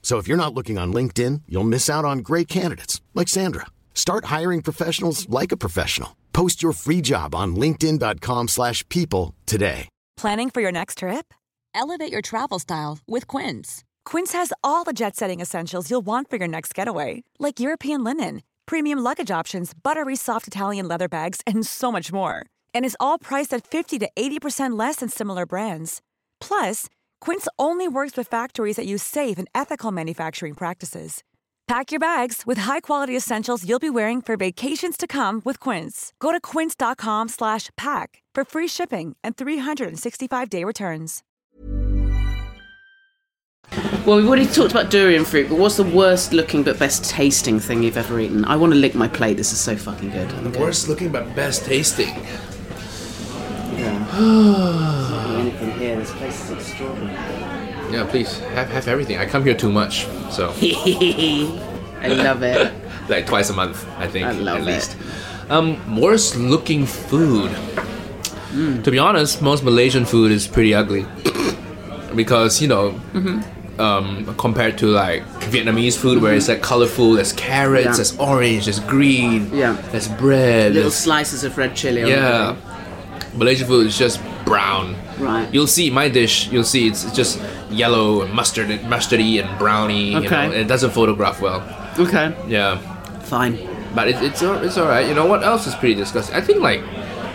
So if you're not looking on LinkedIn, you'll miss out on great candidates like Sandra. Start hiring professionals like a professional. Post your free job on linkedin.com/people slash people today. Planning for your next trip? Elevate your travel style with Quince. Quince has all the jet setting essentials you'll want for your next getaway, like European linen, premium luggage options, buttery soft Italian leather bags, and so much more. And is all priced at 50 to 80% less than similar brands. Plus, Quince only works with factories that use safe and ethical manufacturing practices. Pack your bags with high-quality essentials you'll be wearing for vacations to come with Quince. Go to quince.com/pack for free shipping and 365-day returns. Well, we've already talked about durian fruit, but what's the worst looking but best tasting thing you've ever eaten? I want to lick my plate. This is so fucking good. I'm good. Worst looking but best tasting. anything here. This place is extraordinary. (laughs) Yeah, please have have everything. I come here too much, so I love (laughs) it. like twice a month, I think. I love at it. least. Um, worst looking food. Hmm. To be honest, most Malaysian food is pretty ugly because you know. Mm-hmm. Um, compared to like Vietnamese food, where it's like colorful, there's carrots, Yeah. there's orange, there's green, Yeah. there's bread, Little there's- slices of red chili. on yeah, Malaysian food is just brown. Right. You'll see my dish. You'll see it's just yellow and mustard, mustardy and browny. You Okay. know, it doesn't photograph well. everything. Okay. Yeah. Fine. But it, it's all, it's all right. You know what else is pretty disgusting? I think like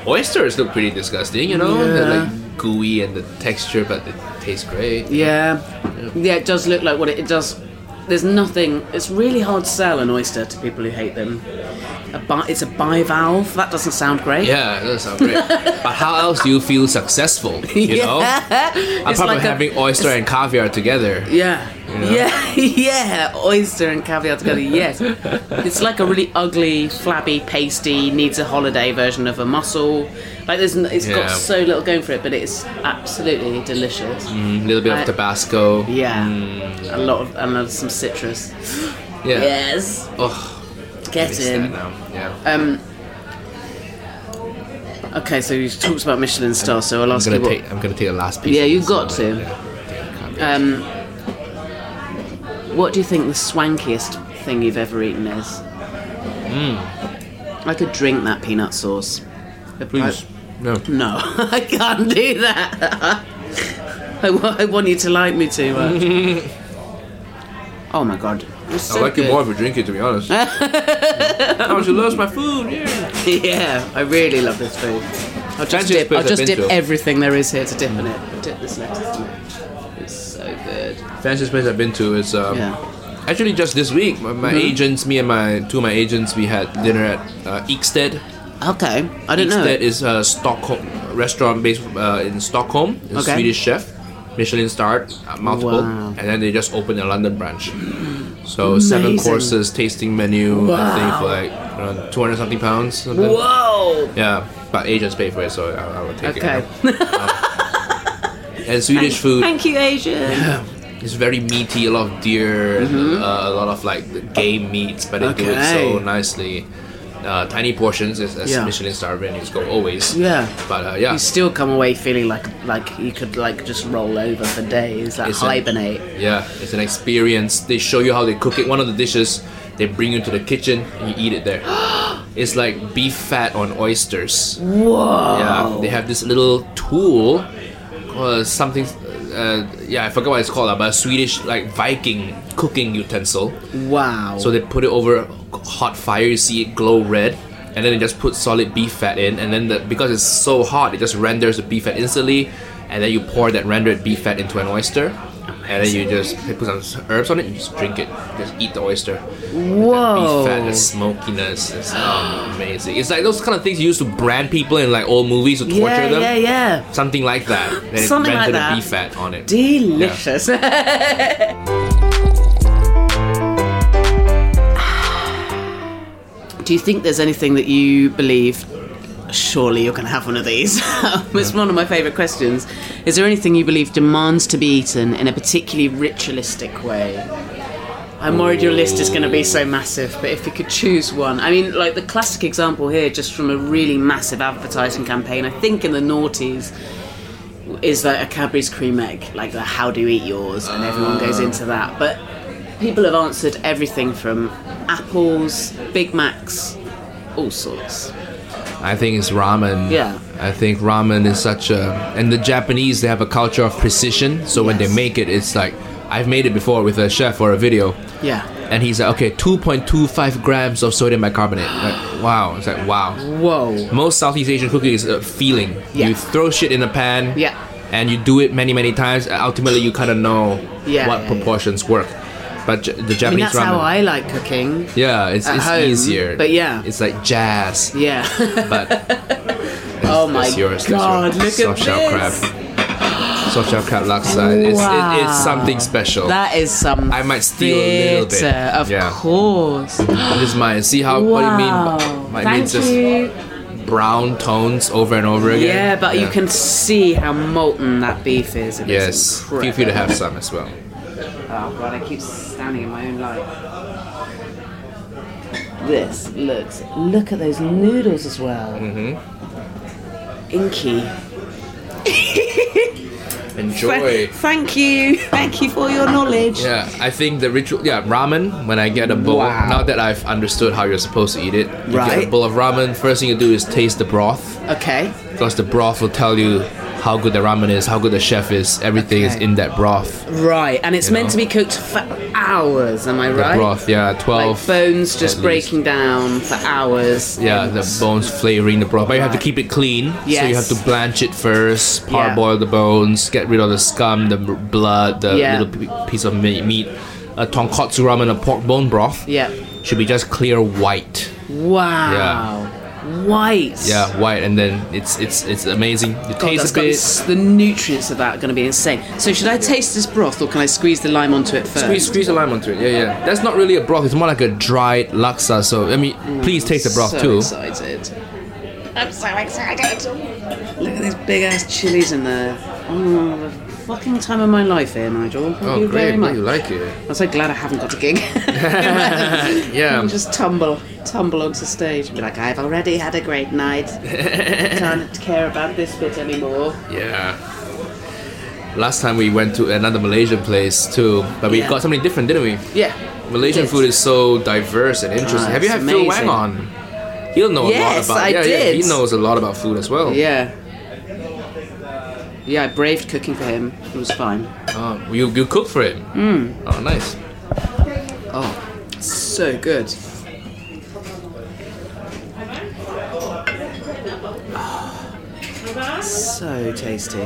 oysters look pretty disgusting. You know, they're Yeah. like gooey and the texture, but it tastes great. Yeah. Yeah, it does look like what it, it does. There's nothing. It's really hard to sell an oyster to people who hate them. A bi- it's a bivalve. That doesn't sound great. Yeah, that sounds (laughs) great. but how else do you feel successful? You know, apart (laughs) it's from like a- having oyster and caviar together. (laughs) Yeah. You know? Yeah, (laughs) yeah, oyster and caviar together, yes. It's like a really ugly, flabby, pasty, needs a holiday version of a mussel. Like, there's, n- it's Yeah. got so little going for it, but it's absolutely delicious. Mm, little bit I- of Tabasco. Yeah. Mm, A lot of, and uh, some citrus. Yeah. Yes. Oh, I Get miss in. that now. Yeah. Um, okay, so you talked about Michelin star, so I'll ask I'm you gonna what. take. I'm gonna take the last piece. yeah, of you've this got now, to. yeah. Um, what do you think the swankiest thing you've ever eaten is? Hmm. I could drink that peanut sauce. Please. No. No, (laughs) I can't do that. (laughs) I, wa- I want you to like me too (laughs) much. oh my god. It's so I like good. it more if you drink it, to (laughs) be honest. oh, she loves my food. Yeah. yeah, I really love this food. I'll just Fancy dip, place I'll I've just been dip to. everything there is here to dip in it. Dip this lettuce in it. It's so good. Fanciest place I've been to is um, Yeah. actually just this week. My, my Mhm. agents, me and my two of my agents, we had dinner at uh, Ekstedt. Okay, I didn't know. It. Ekstedt is a Stockholm restaurant based uh, in Stockholm. It's Okay. a Swedish chef, Michelin starred, uh, multiple, Wow. and then they just opened a London branch. So seven Amazing. courses tasting menu. I think for Wow. like around two hundred something pounds. Something. Whoa! Yeah, but agents pay for it, so I, I will take Okay. (laughs) it. Uh, (laughs) And Swedish food Thank you, Asia. is very meaty, a lot of deer, uh, a lot of like game meats, but they do it so Mm-hmm. Okay. nicely. Uh, tiny portions, as, as Yeah. Michelin star menus go always. Yeah. But uh, yeah, You still come away feeling like like you could like just roll over for days, like It's a- hibernate. yeah, it's an experience. They show you how they cook it. One of the dishes, they bring you to the kitchen and you eat it (gasps) there. it's like beef fat on oysters. Whoa! Yeah, they have this little tool, uh, something. Uh, yeah, I forgot what it's called, uh, but a Swedish like Viking cooking utensil. Wow. So they put it over hot fire. You see it glow red, and then they just put solid beef fat in, and then the, because it's so hot, it just renders the beef fat instantly, and then you pour that rendered beef fat into an oyster, and then you just put some herbs on it. and You just drink it. Just eat the oyster. Whoa! Beef fat, the smokiness, it's um, amazing. It's like those kind of things you used to brand people in like old movies to torture yeah, them. yeah, yeah. Something like that. Then it Something like rendered that. a beef fat on it. Delicious. (sighs) Do you think there's anything that you believe? Surely you're going to have one of these. (laughs) it's one of my favourite questions. Is there anything you believe demands to be eaten in a particularly ritualistic way? I'm worried your list is going to be so massive, but if you could choose one, I mean, like the classic example here, just from a really massive advertising campaign, I think in the noughties, is like a Cadbury's cream egg, like the how do you eat yours, and everyone goes Uh. into that. But people have answered everything from apples, Big Macs, all sorts. I think it's ramen. Yeah. I think ramen is such a and the Japanese they have a culture of precision. So when they Yes. make it, it's like I've made it before with a chef or a video, Yeah. and he's like, okay, two point two five grams of sodium bicarbonate. Like, wow, it's like wow. Whoa. Most Southeast Asian cooking is a feeling. Yeah. You throw shit in a pan. Yeah. And you do it many many times. and Ultimately, you kind of know Yeah, what yeah, proportions work. But J- the Japanese I mean, that's ramen. how I like cooking. yeah, it's, at it's home, easier. but yeah. it's like jazz. (laughs) Yeah. But oh my it's yours. god! it's yours. Oh Look at Soft shell this. crab. soft crab laksa. It's, it Wow. is something special. That is some. I might steal a little bit. theatre, of course. Just mine. See how what do you mean? Wow. by- Thank mean just you. brown tones over and over again. Yeah, but you can see how molten that beef is. and it's Yes. Feel incredible. free to have some as well. Oh god, I keep standing in my own light. This looks. Look at those noodles as well. Mm-hmm. Inky. Enjoy. Thank you. Thank you for your knowledge. Yeah, I think the ritual. Yeah, ramen. When I get a bowl, Wow. now that I've understood how you're supposed to eat it, you get Right. a bowl of ramen. First thing you do is taste the broth. Okay. Because the broth will tell you how good the ramen is, how good the chef is. Everything is Okay. in that broth. Right, and it's You meant know? to be cooked for hours, am I The right? broth, yeah, twelve. Like bones just at breaking down for hours. yeah, the bones flavoring the broth, but you have to keep it clean. So you Yes. have to blanch it first, Yeah. parboil the bones, get rid of the scum, the b- blood, the Yeah. little p- piece of meat. meat. A tonkotsu ramen, a pork bone broth, Yeah. should be just clear white. Wow. White. Yeah, white, and then it's it's it's amazing. You God, that's taste a got bit. this- the nutrients of that are going to be insane. So should I taste this broth or can I squeeze the lime onto it first? Squeeze, squeeze the lime onto it. Yeah, yeah. That's not really a broth. It's more like a dried laksa. So I mean, Mm, please taste the broth so too. Excited. I'm so excited. Look at these big ass chilies in there. Oh, the fucking time of my life here, Nigel. Thank Oh, you great! very I'm glad much. you like it. I'm so glad I haven't got a gig. (laughs) Yeah. Just tumble, tumble onto stage and be like, I've already had a great (laughs) night. Can't care about this bit anymore. Yeah. Last time we went to another Malaysian place too, but we Yeah. got something different, didn't we? Yeah. Malaysian Did. food is so diverse and interesting. Ah, Have you it's had Phil Wang amazing. on? He'll know Yes, a lot about. I yeah, did. Yeah, he knows a lot about food as well. Yeah. Yeah, I braved cooking for him. It was fine. Oh, you you cook for him. Mm. Oh, nice. Oh, so good. So tasty.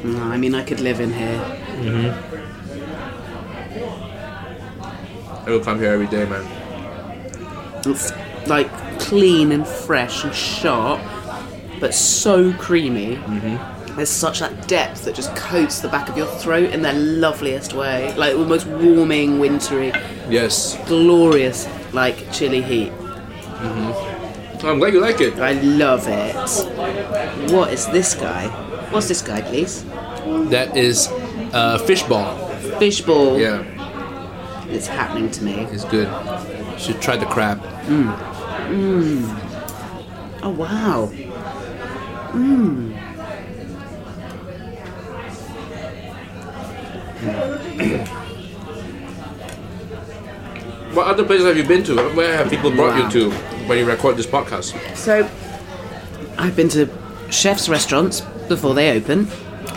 Mm, I mean, I could live in here. Mm-hmm. I will come here every day, man. It's like clean and fresh and sharp, but so creamy. Mm-hmm. There's such that depth that just coats the back of your throat in their loveliest way, like almost warming, wintry, Yes. glorious, like chili heat. Mm-hmm. I'm glad you like it. I love it. What is this guy? What's this guy, please? That is uh, fishball. Fishball. Yeah. It's happening to me. It's good. Should try the crab. Mm. Mm. Oh wow. Mm. What other places have you been to? Where have people brought Wow. you to when you record this podcast? So, I've been to chefs' restaurants before they open.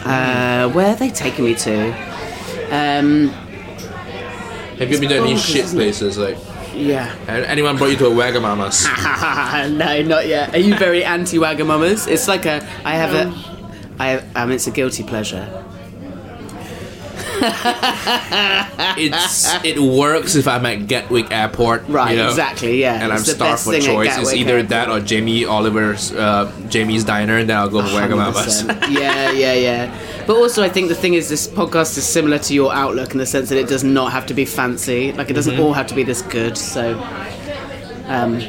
Uh, where have they taken me to? Um, Have you been to any bonkers, shit isn't it? places? Like, yeah. (laughs) and anyone brought you to a Wagamama's? no, not yet. Are you very anti Wagamamas? It's like a. I have a. I um, it's a guilty pleasure. it's it works if I'm at Gatwick Airport, Right, you know, exactly, yeah. And I'm It's the starved best for thing at choice. It's Gatwick either that or Jamie Oliver's uh, Jamie's Diner, and then I'll go for Wagamama's. 100%. yeah, yeah, yeah. But also, I think the thing is, this podcast is similar to your outlook in the sense that it does not have to be fancy. Like, it doesn't Mhm. all have to be this good. So, um,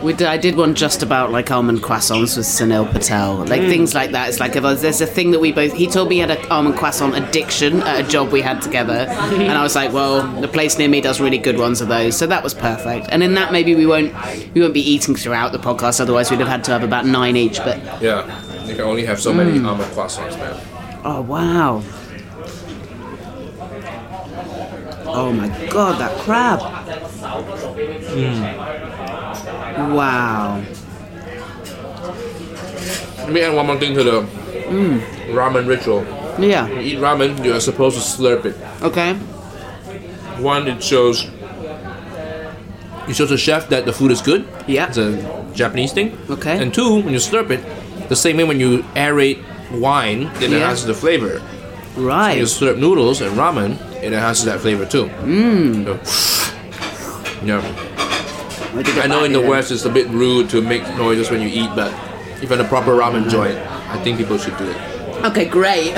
we did, I did one just about like almond croissants with Sunil Patel, like Mm. things like that. It's like if I- there's a thing that we both. He told me he had an almond croissant addiction at a job we had together, and I was like, well, the place near me does really good ones of those, so that was perfect. And in that, maybe we won't we won't be eating throughout the podcast, otherwise we'd have had to have about nine each. But (laughs) yeah, you can only have so many Mm. almond croissants, man. Oh wow. Oh my god, that crab. Wow. Let me add one more thing to the Mm. ramen ritual. Yeah. You eat ramen, you are supposed to slurp it. Okay. One, it shows it shows the chef that the food is good. Yeah. It's a Japanese thing. Okay. And two, when you slurp it, the same way when you aerate wine, it Yeah. enhances the flavor. Right. So when you slurp noodles and ramen, it enhances that flavor too. Mm. Mmm. Yeah. I know in the then. West it's a bit rude to make noises when you eat, but if you're in a proper ramen joint, I think people should do it. Okay, great.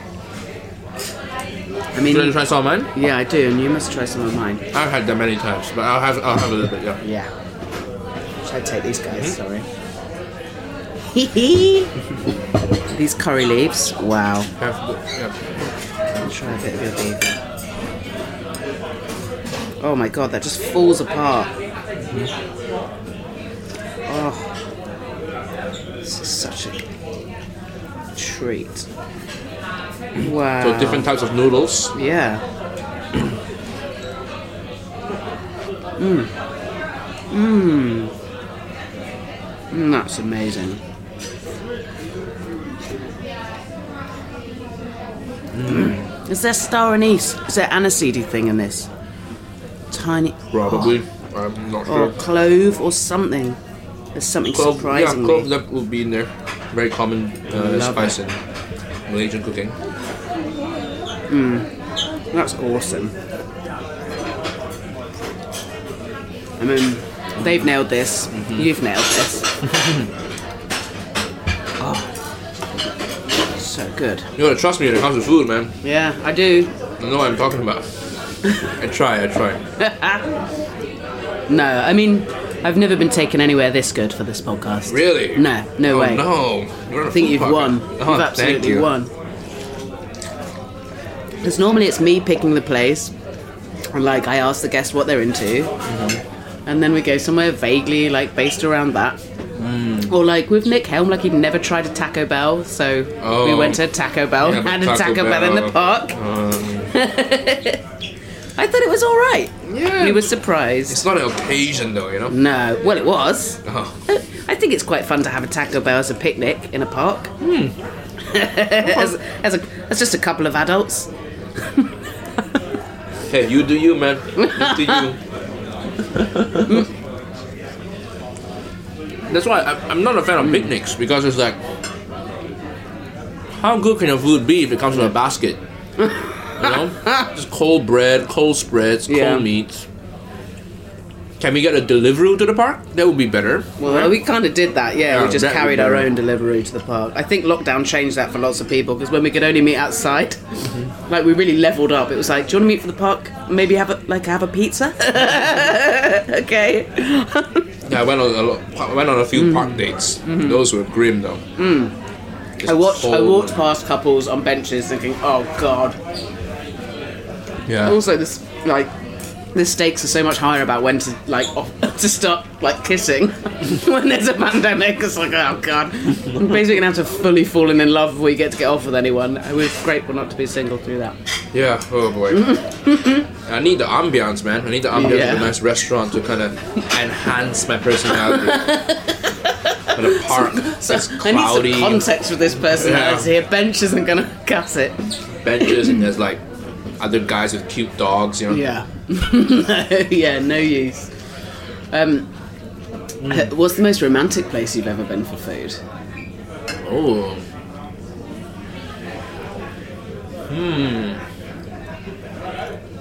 (laughs) I mean, Do you want to try some of mine? Yeah, I do, and you must try some of mine. I've had that many times, but I'll have I'll have a little bit. Yeah. Yeah. Should I take these guys? Sorry. (laughs) these curry leaves. Wow. Have the, yeah. I'll try a bit of your beef. Oh my god, that just falls apart. Oh, this is such a treat. Wow. So different types of noodles. Yeah. Mmm. Mmm. Mm, that's amazing. Mm. Is there star anise? Is there aniseedy thing in this? Tiny. (sighs) Probably. I'm not Or sure. clove or something. There's something Clove, surprising. yeah, clove that will be in there. Very common uh, Love spice it. in Malaysian cooking. Mm. That's awesome. I mean, they've nailed this. You've nailed this. (laughs) oh, so good. You gotta trust me when it comes to food, man. Yeah, I do. (laughs) I know what I'm talking about. I try, I try. No, I mean, I've never been taken anywhere this good for this podcast. Really? No, no Oh, way. No. You're on I a think food you've podcast. won. Oh, you've absolutely thank you. won. Because normally it's me picking the place, and like I ask the guests what they're into, Mm-hmm. and then we go somewhere vaguely like based around that. Mm. Or like with Nick Helm, like he'd never tried a Taco Bell, so we Oh. went to a Taco Bell Yeah, but and a Taco Bell, in the park. um, (laughs) I thought it was all right. Yeah. we were surprised. it's not an occasion though, you know. No, well it was. Oh. I think it's quite fun to have a Taco Bell as a picnic in a park. (laughs) as, as, a, as just a couple of adults. Hey, you do you, man. (laughs) You do you. That's why I, I'm not a fan of picnics because it's like, how good can your food be if it comes in a basket? You (laughs) know, just cold bread, cold spreads, Yeah. cold meats. Can we get a delivery to the park? That would be better. Well, we kind of did that, yeah. we Yeah, just that carried would our be- own delivery to the park. I think lockdown changed that for lots of people because when we could only meet outside, like we really leveled up. It was like, do you want to meet for the park? Maybe have a like have a pizza. (laughs) okay. Yeah, I went on a lot, I went on a few park dates. Those were grim though. I watched I cold. walked past couples on benches thinking, oh god. Yeah. Also, this like the stakes are so much higher about when to like off, (laughs) to stop like kissing (laughs) when there's a pandemic. It's like oh god, I'm basically gonna have to fully fallen in love before we get to get off with anyone. I was grateful not to be single through that. Yeah, (laughs) oh boy. I need the ambiance, man. I need the ambiance Yeah. of a nice restaurant to kind of enhance my (laughs) personality. but a park So that's I need cloudy, some context with this personality. A bench isn't gonna (laughs) cut it. benches, and there's like other guys with cute dogs, you know? Yeah, no, (laughs) yeah, no use. Um, Hmm. what's the most romantic place you've ever been for food? Oh.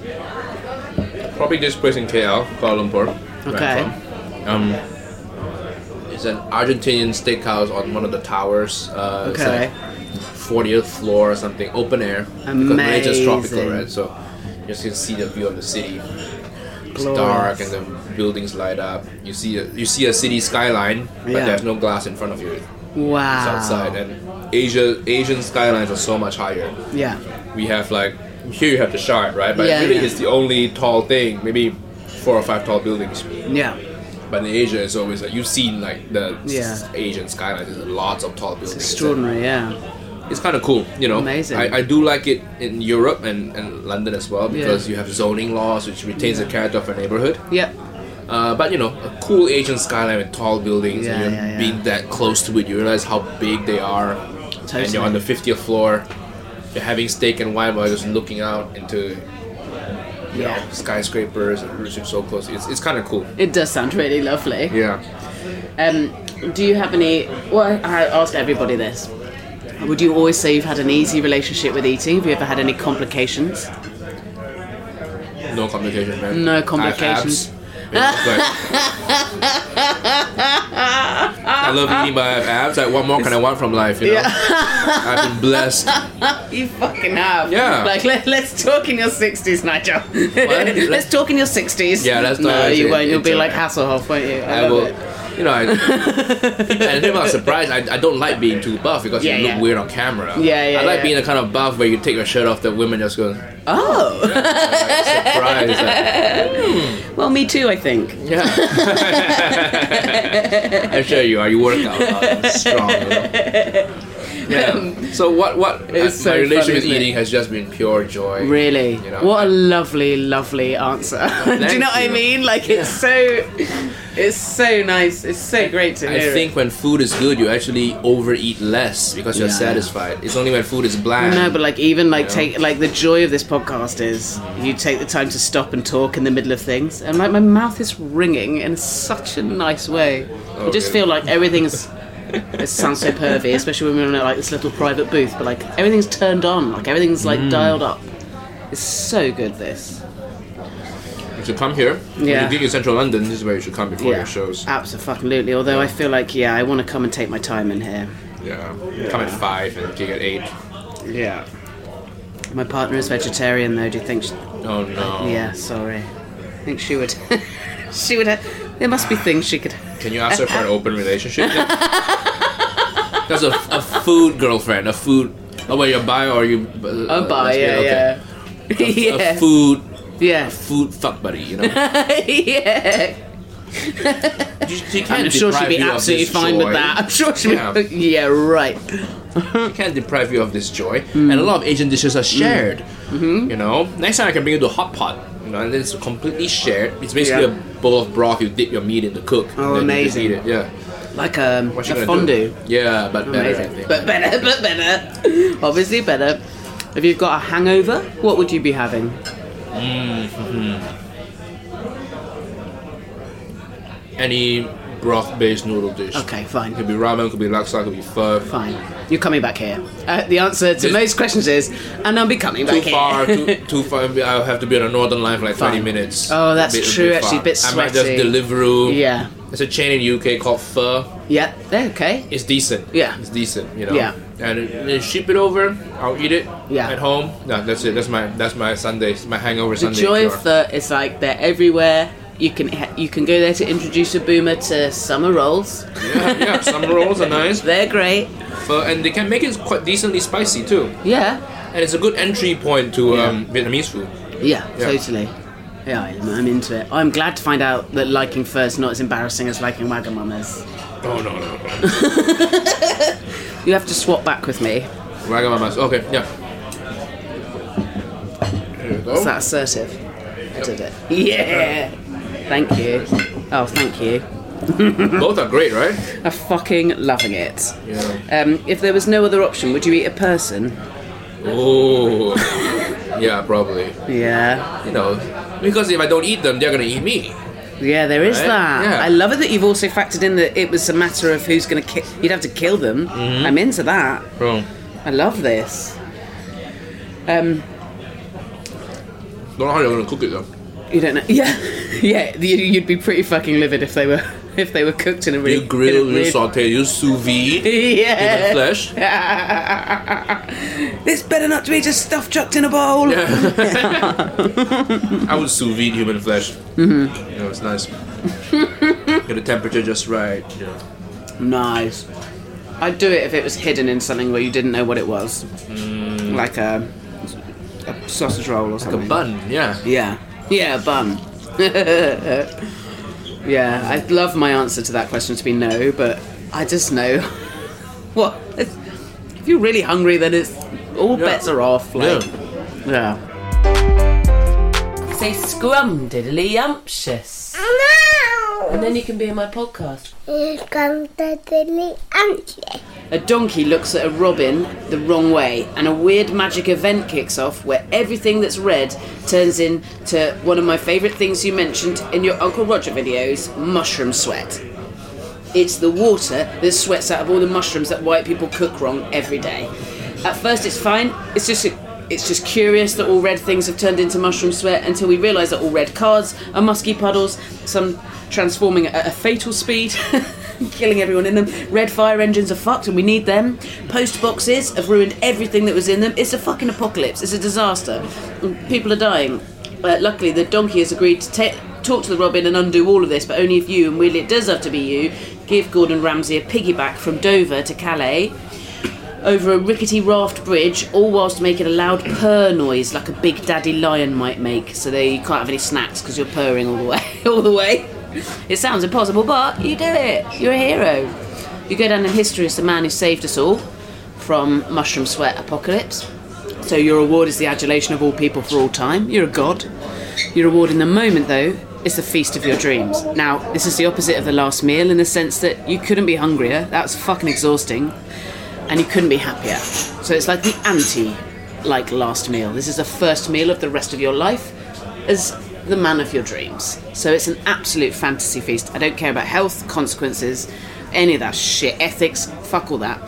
Hmm. Probably this place in KL, Kuala Lumpur. where I'm Okay. from. Um, it's an Argentinian steakhouse on one of the towers. Uh, it's Okay. like 40th floor or something, open air. Because Malaysia's tropical, Amazing. right? So you just can see the view of the city. It's Glorious. dark and the buildings light up. You see a, you see a city skyline, but Yeah. there's no glass in front of you Wow. it's outside and Asia Asian skylines are so much higher. Yeah. We have like here you have the shard, right? But Yeah, really yeah. it's the only tall thing, maybe four or five tall buildings. Yeah. But in Asia it's always like you've seen like the s- Yeah. Asian skylines, there's lots of tall buildings. Extraordinary, yeah. It's kinda cool, you know. Amazing. I, I do like it in Europe and, and London as well because Yeah. you have zoning laws which retains the character of a neighborhood. Yep. Uh, but you know, a cool Asian skyline with tall buildings, Yeah, and you're yeah, yeah. being that close to it, you realize how big they are. And you're on the 50th floor, you're having steak and wine while just looking out into you Yeah. know, skyscrapers and roofs are so close. It's, it's kind of cool. It does sound really lovely. Yeah. Um, do you have any? Well, I asked everybody this. Would you always say you've had an easy relationship with eating? Have you ever had any complications? No complications, man. No I have abs. complications. Like, I love eating my abs. Like, what more can I want from life? You know? I've been blessed. you fucking have. Yeah. Like let, let's talk in your sixties, Nigel. let's talk in your sixties. Yeah, let's No, talk- you won't. You'll be it's like alright. Hasselhoff, won't you? I, I, love will. it. (laughs) You know, I, and people are surprised. I, I don't like being too buff because Yeah, you look yeah. weird on camera. Yeah, yeah, I like yeah. being the kind of buff where you take your shirt off, the women just go uh, Oh. surprised. well, me too. I think. Yeah. I'm sure you are. You work out a lot. You're strong. you know? (laughs) Yeah. So what? What? Um, uh, It's so my relationship funny, with isn't it? eating has just been pure joy. Really? You know, what a lovely, lovely answer. (laughs) Do you know what I you. mean? Like it's so, it's so nice. It's so great to I hear. think when food is good, you actually overeat less because you're Yeah. satisfied. It's only when food is bland. No, but like even like you know? take like the joy of this podcast is you take the time to stop and talk in the middle of things, and like my mouth is ringing in such a nice way. I just Okay. feel like everything's. it sounds so pervy, especially when we're in like this little private booth, but like everything's turned on, like everything's like Mm. dialed up. It's so good. This. You should come here. Yeah. When you get to Central London, this is where you should come before your shows. Absolutely. Although I feel like yeah, I want to come and take my time in here. Yeah. Come at five and gig at eight. Yeah. My partner is vegetarian though. Do you think? She... Oh no. Yeah, sorry. I think she would. (laughs) she would. Have... There must be things she could. Can you ask her for an open relationship? (laughs) That's a, a food girlfriend, a food. Oh, wait, you're bi or you? uh, Oh, bye. Yeah, yeah. A, (laughs) yeah. a food. Yeah. A food fuck buddy, you (laughs) know. yeah. She can't I'm sure she'd deprive be you of absolutely this fine joy. with that. I'm sure she'd Yeah. be. (laughs) Yeah, right. she can't deprive you of this joy. Hmm. And a lot of Asian dishes are shared. Mm-hmm. You know, next time I can bring you to hot pot. You know, and it's completely shared. It's basically Yeah. a bowl of broth you dip your meat in to cook. Oh, and then you just amazing. eat it. Yeah. Like um, What's she a gonna do? fondue. Yeah, but better. I Amazing. think. But better, (laughs) but better. Obviously better. If you've got a hangover, what would you be having? Any broth-based noodle dish. Okay, fine. Could be ramen, could be laksa, could be pho. Fine. You're coming back here. Uh, the answer to most questions is, and I'll be coming Too back far, here. (laughs) too, too far. I'll have to be on a northern line for like 20 Fine. minutes. Oh, that's Bit- true, actually, far. bit I might just sweaty. Deliveroo. Yeah. There's a chain in UK called Pho. yeah, they're okay. It's decent. Yeah. It's decent, you know. Yeah. And then ship it over. I'll eat it. Yeah. At home. No, that's it. That's my that's my Sunday. My hangover The Sunday. joy cure. of the is like they're everywhere. You can ha- you can go there to introduce a boomer to summer rolls. yeah, (laughs) yeah. Some rolls are (laughs) nice. They're great. Pho, and they can make it quite decently spicy too. Yeah, And it's a good entry point to um, Vietnamese food. yeah, Yeah. totally. Yeah, I'm, I'm into it. I'm glad to find out that liking fur is not as embarrassing as liking Wagamama's. Oh no no. no. You have to swap back with me. Ragamamas. Okay. Yeah. There you go. Is that assertive? I did it. Yeah. Thank you. Oh, thank you. Both are great, right? I'm fucking loving it. Yeah. Um, if there was no other option, would you eat a person? Oh. (laughs) yeah, probably. Yeah. You know, because if I don't eat them, they're gonna eat me. Yeah, there is Right? that. Yeah. I love it that you've also factored in that it was a matter of who's going to kill. You'd have to kill them. Mm-hmm. I'm into that. Wrong. I love this. Um, Don't know how they're gonna cook it though. you don't know. (laughs) Yeah, yeah. you- You'd be pretty fucking livid if they were (laughs) if they were cooked in a really You grill, in a you (laughs) really- saute, you sous vide Yeah. human flesh. This better not to be just stuff chucked in a bowl. I would sous vide human flesh. Mm-hmm. You know, it's nice. (laughs) Get the temperature just right. You know. Nice. I'd do it if it was hidden in something where you didn't know what it was, like a, a sausage roll or something. Mm. A bun, yeah. Yeah. Yeah, a bun. (laughs) yeah, I'd love my answer to that question to be no, but I just know. (laughs) what? If you're really hungry, then it's all Yeah. bets are off. Like, yeah. Say scrum diddly umptious. And then you can be in my podcast. A donkey looks at a robin the wrong way, and a weird magic event kicks off where everything that's red turns into one of my favourite things you mentioned in your Uncle Roger videos mushroom sweat. It's the water that sweats out of all the mushrooms that white people cook wrong every day. At first, it's fine, it's just a It's just curious that all red things have turned into mushroom sweat until we realise that all red cars are musky puddles, some transforming at a fatal speed, (laughs) killing everyone in them. Red fire engines are fucked and we need them. Post boxes have ruined everything that was in them. It's a fucking apocalypse. It's a disaster. People are dying. Uh, luckily, the donkey has agreed to ta talk to the robin and undo all of this, but only if you, and really it does have to be you, give Gordon Ramsay a piggyback from Dover to Calais over a rickety raft bridge, all whilst making a loud purr noise like a big daddy lion might make. So there you can't have any snacks because you're purring all the way. (laughs) all the way. It sounds impossible, but you do it. You're a hero. You go down in history as the man who saved us all from mushroom sweat apocalypse. So your award is the adulation of all people for all time. You're a god. Your award in the moment, though, is the feast of your dreams. Now, this is the opposite of the last meal in the sense that you couldn't be hungrier. That's fucking exhausting and you couldn't be happier. So it's like the anti like last meal. This is the first meal of the rest of your life as the man of your dreams. So it's an absolute fantasy feast. I don't care about health, consequences, any of that shit, ethics, fuck all that.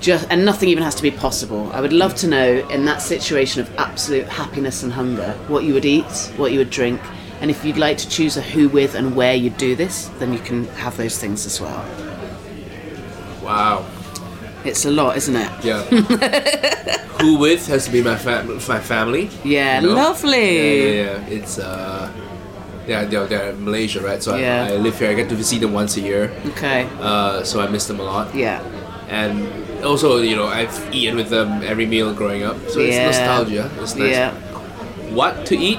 Just and nothing even has to be possible. I would love to know in that situation of absolute happiness and hunger what you would eat, what you would drink, and if you'd like to choose a who with and where you'd do this, then you can have those things as well. Wow. It's a lot, isn't it? (laughs) Yeah. Who with has to be my fam- my family. Yeah, you know? lovely. Yeah, yeah, yeah. It's uh, yeah, they're, they're in Malaysia, right? So Yeah. I, I live here. I get to see them once a year. Okay. Uh, so I miss them a lot. Yeah. And also, you know, I've eaten with them every meal growing up, so Yeah. it's nostalgia. It's nice. Yeah. What to eat?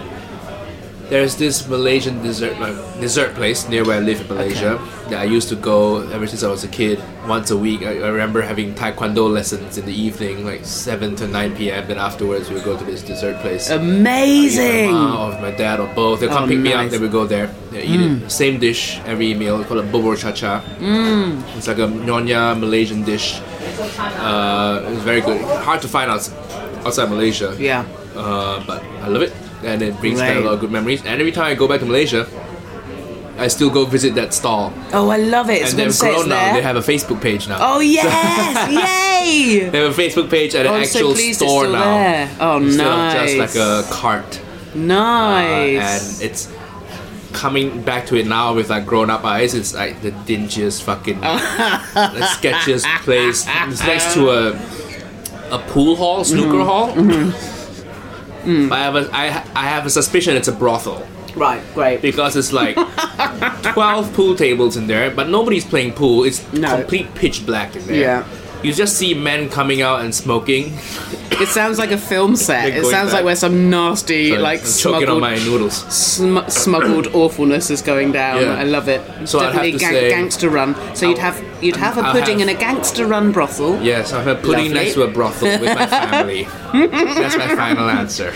There's this Malaysian dessert like, dessert place near where I live in Malaysia that I used to go ever since I was a kid. Once a week, I, I remember having taekwondo lessons in the evening, like seven to nine p.m. Then afterwards, we would go to this dessert place. Amazing. Either my mom or my dad or both. They'll come Oh, pick me up. nice. Then we go there. They eat it. Same dish every meal. Called a bubur cha cha. Mm. It's like a nyonya Malaysian dish. Uh, it's very good. Hard to find outs- outside Malaysia. Yeah. Uh, but I love it, and it brings back Right. a lot of good memories. And every time I go back to Malaysia, I still go visit that stall. Oh, I love it. It's and going to they've say it's grown now. They there. have a Facebook page now. (laughs) Oh yes! Yay! They have a Facebook page and an Oh, I'm so actual pleased it's store still now. there. Oh, instead of just nice. like a cart. Nice. and it's coming back to it now with like grown up eyes. It's like the (laughs) dingiest fucking, like, sketchiest place. It's next to a a pool hall, snooker Mhm. hall. Mm-hmm. I have a I, ha- I have a suspicion it's a brothel. Right, great. Because it's (laughs) like twelve pool tables in there, but nobody's playing pool. It's complete pitch black in there. Yeah. You just see men coming out and smoking. it sounds like a film set. They're It going sounds back. like where some nasty, Sorry, like I'm choking smuggled, on my noodles. (laughs) sm- (clears throat) smuggled awfulness is going down. Yeah. I love it. So I'd have Definitely to say- gangster run. So you'd have you'd have a I'll pudding have- and a gangster run brothel. Yes, I've had pudding Lovely. next to a brothel with my family. That's my final answer.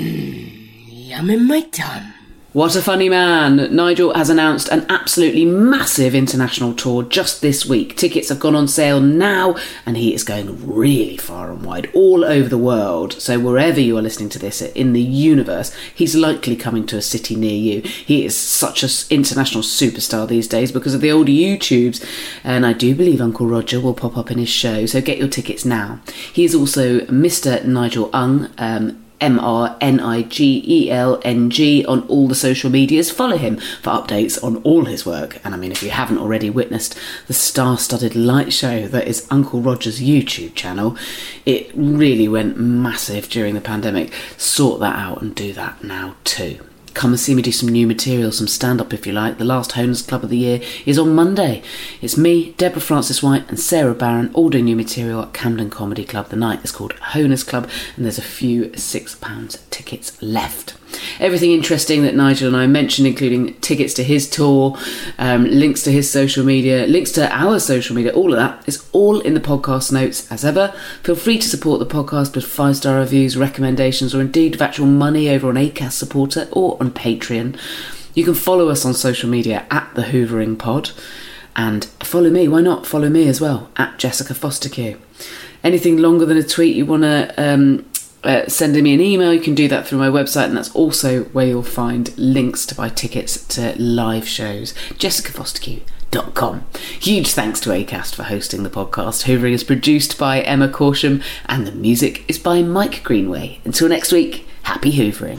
Yum in my tum. What a funny man! Nigel has announced an absolutely massive international tour just this week. Tickets have gone on sale now, and he is going really far and wide, all over the world. So, wherever you are listening to this in the universe, he's likely coming to a city near you. He is such an international superstar these days because of the old YouTubes, and I do believe Uncle Roger will pop up in his show. So, get your tickets now. He is also Mr. Nigel Ung. Um, M R N I G E L N G on all the social medias. Follow him for updates on all his work. And I mean, if you haven't already witnessed the star studded light show that is Uncle Roger's YouTube channel, it really went massive during the pandemic. Sort that out and do that now too. Come and see me do some new material, some stand up if you like. The last Honers Club of the Year is on Monday. It's me, Deborah Francis White, and Sarah Barron all doing new material at Camden Comedy Club. The night is called Honers Club, and there's a few £6 tickets left. Everything interesting that Nigel and I mentioned, including tickets to his tour, um, links to his social media, links to our social media, all of that is all in the podcast notes as ever. Feel free to support the podcast with five star reviews, recommendations, or indeed with actual money over on ACAS supporter or on Patreon. You can follow us on social media at the Hoovering Pod and follow me. Why not follow me as well at Jessica Foster Q? Anything longer than a tweet you want to um, uh, sending me an email, you can do that through my website, and that's also where you'll find links to buy tickets to live shows. JessicaFosterQ.com. Huge thanks to ACAST for hosting the podcast. Hoovering is produced by Emma Corsham, and the music is by Mike Greenway. Until next week, happy Hoovering.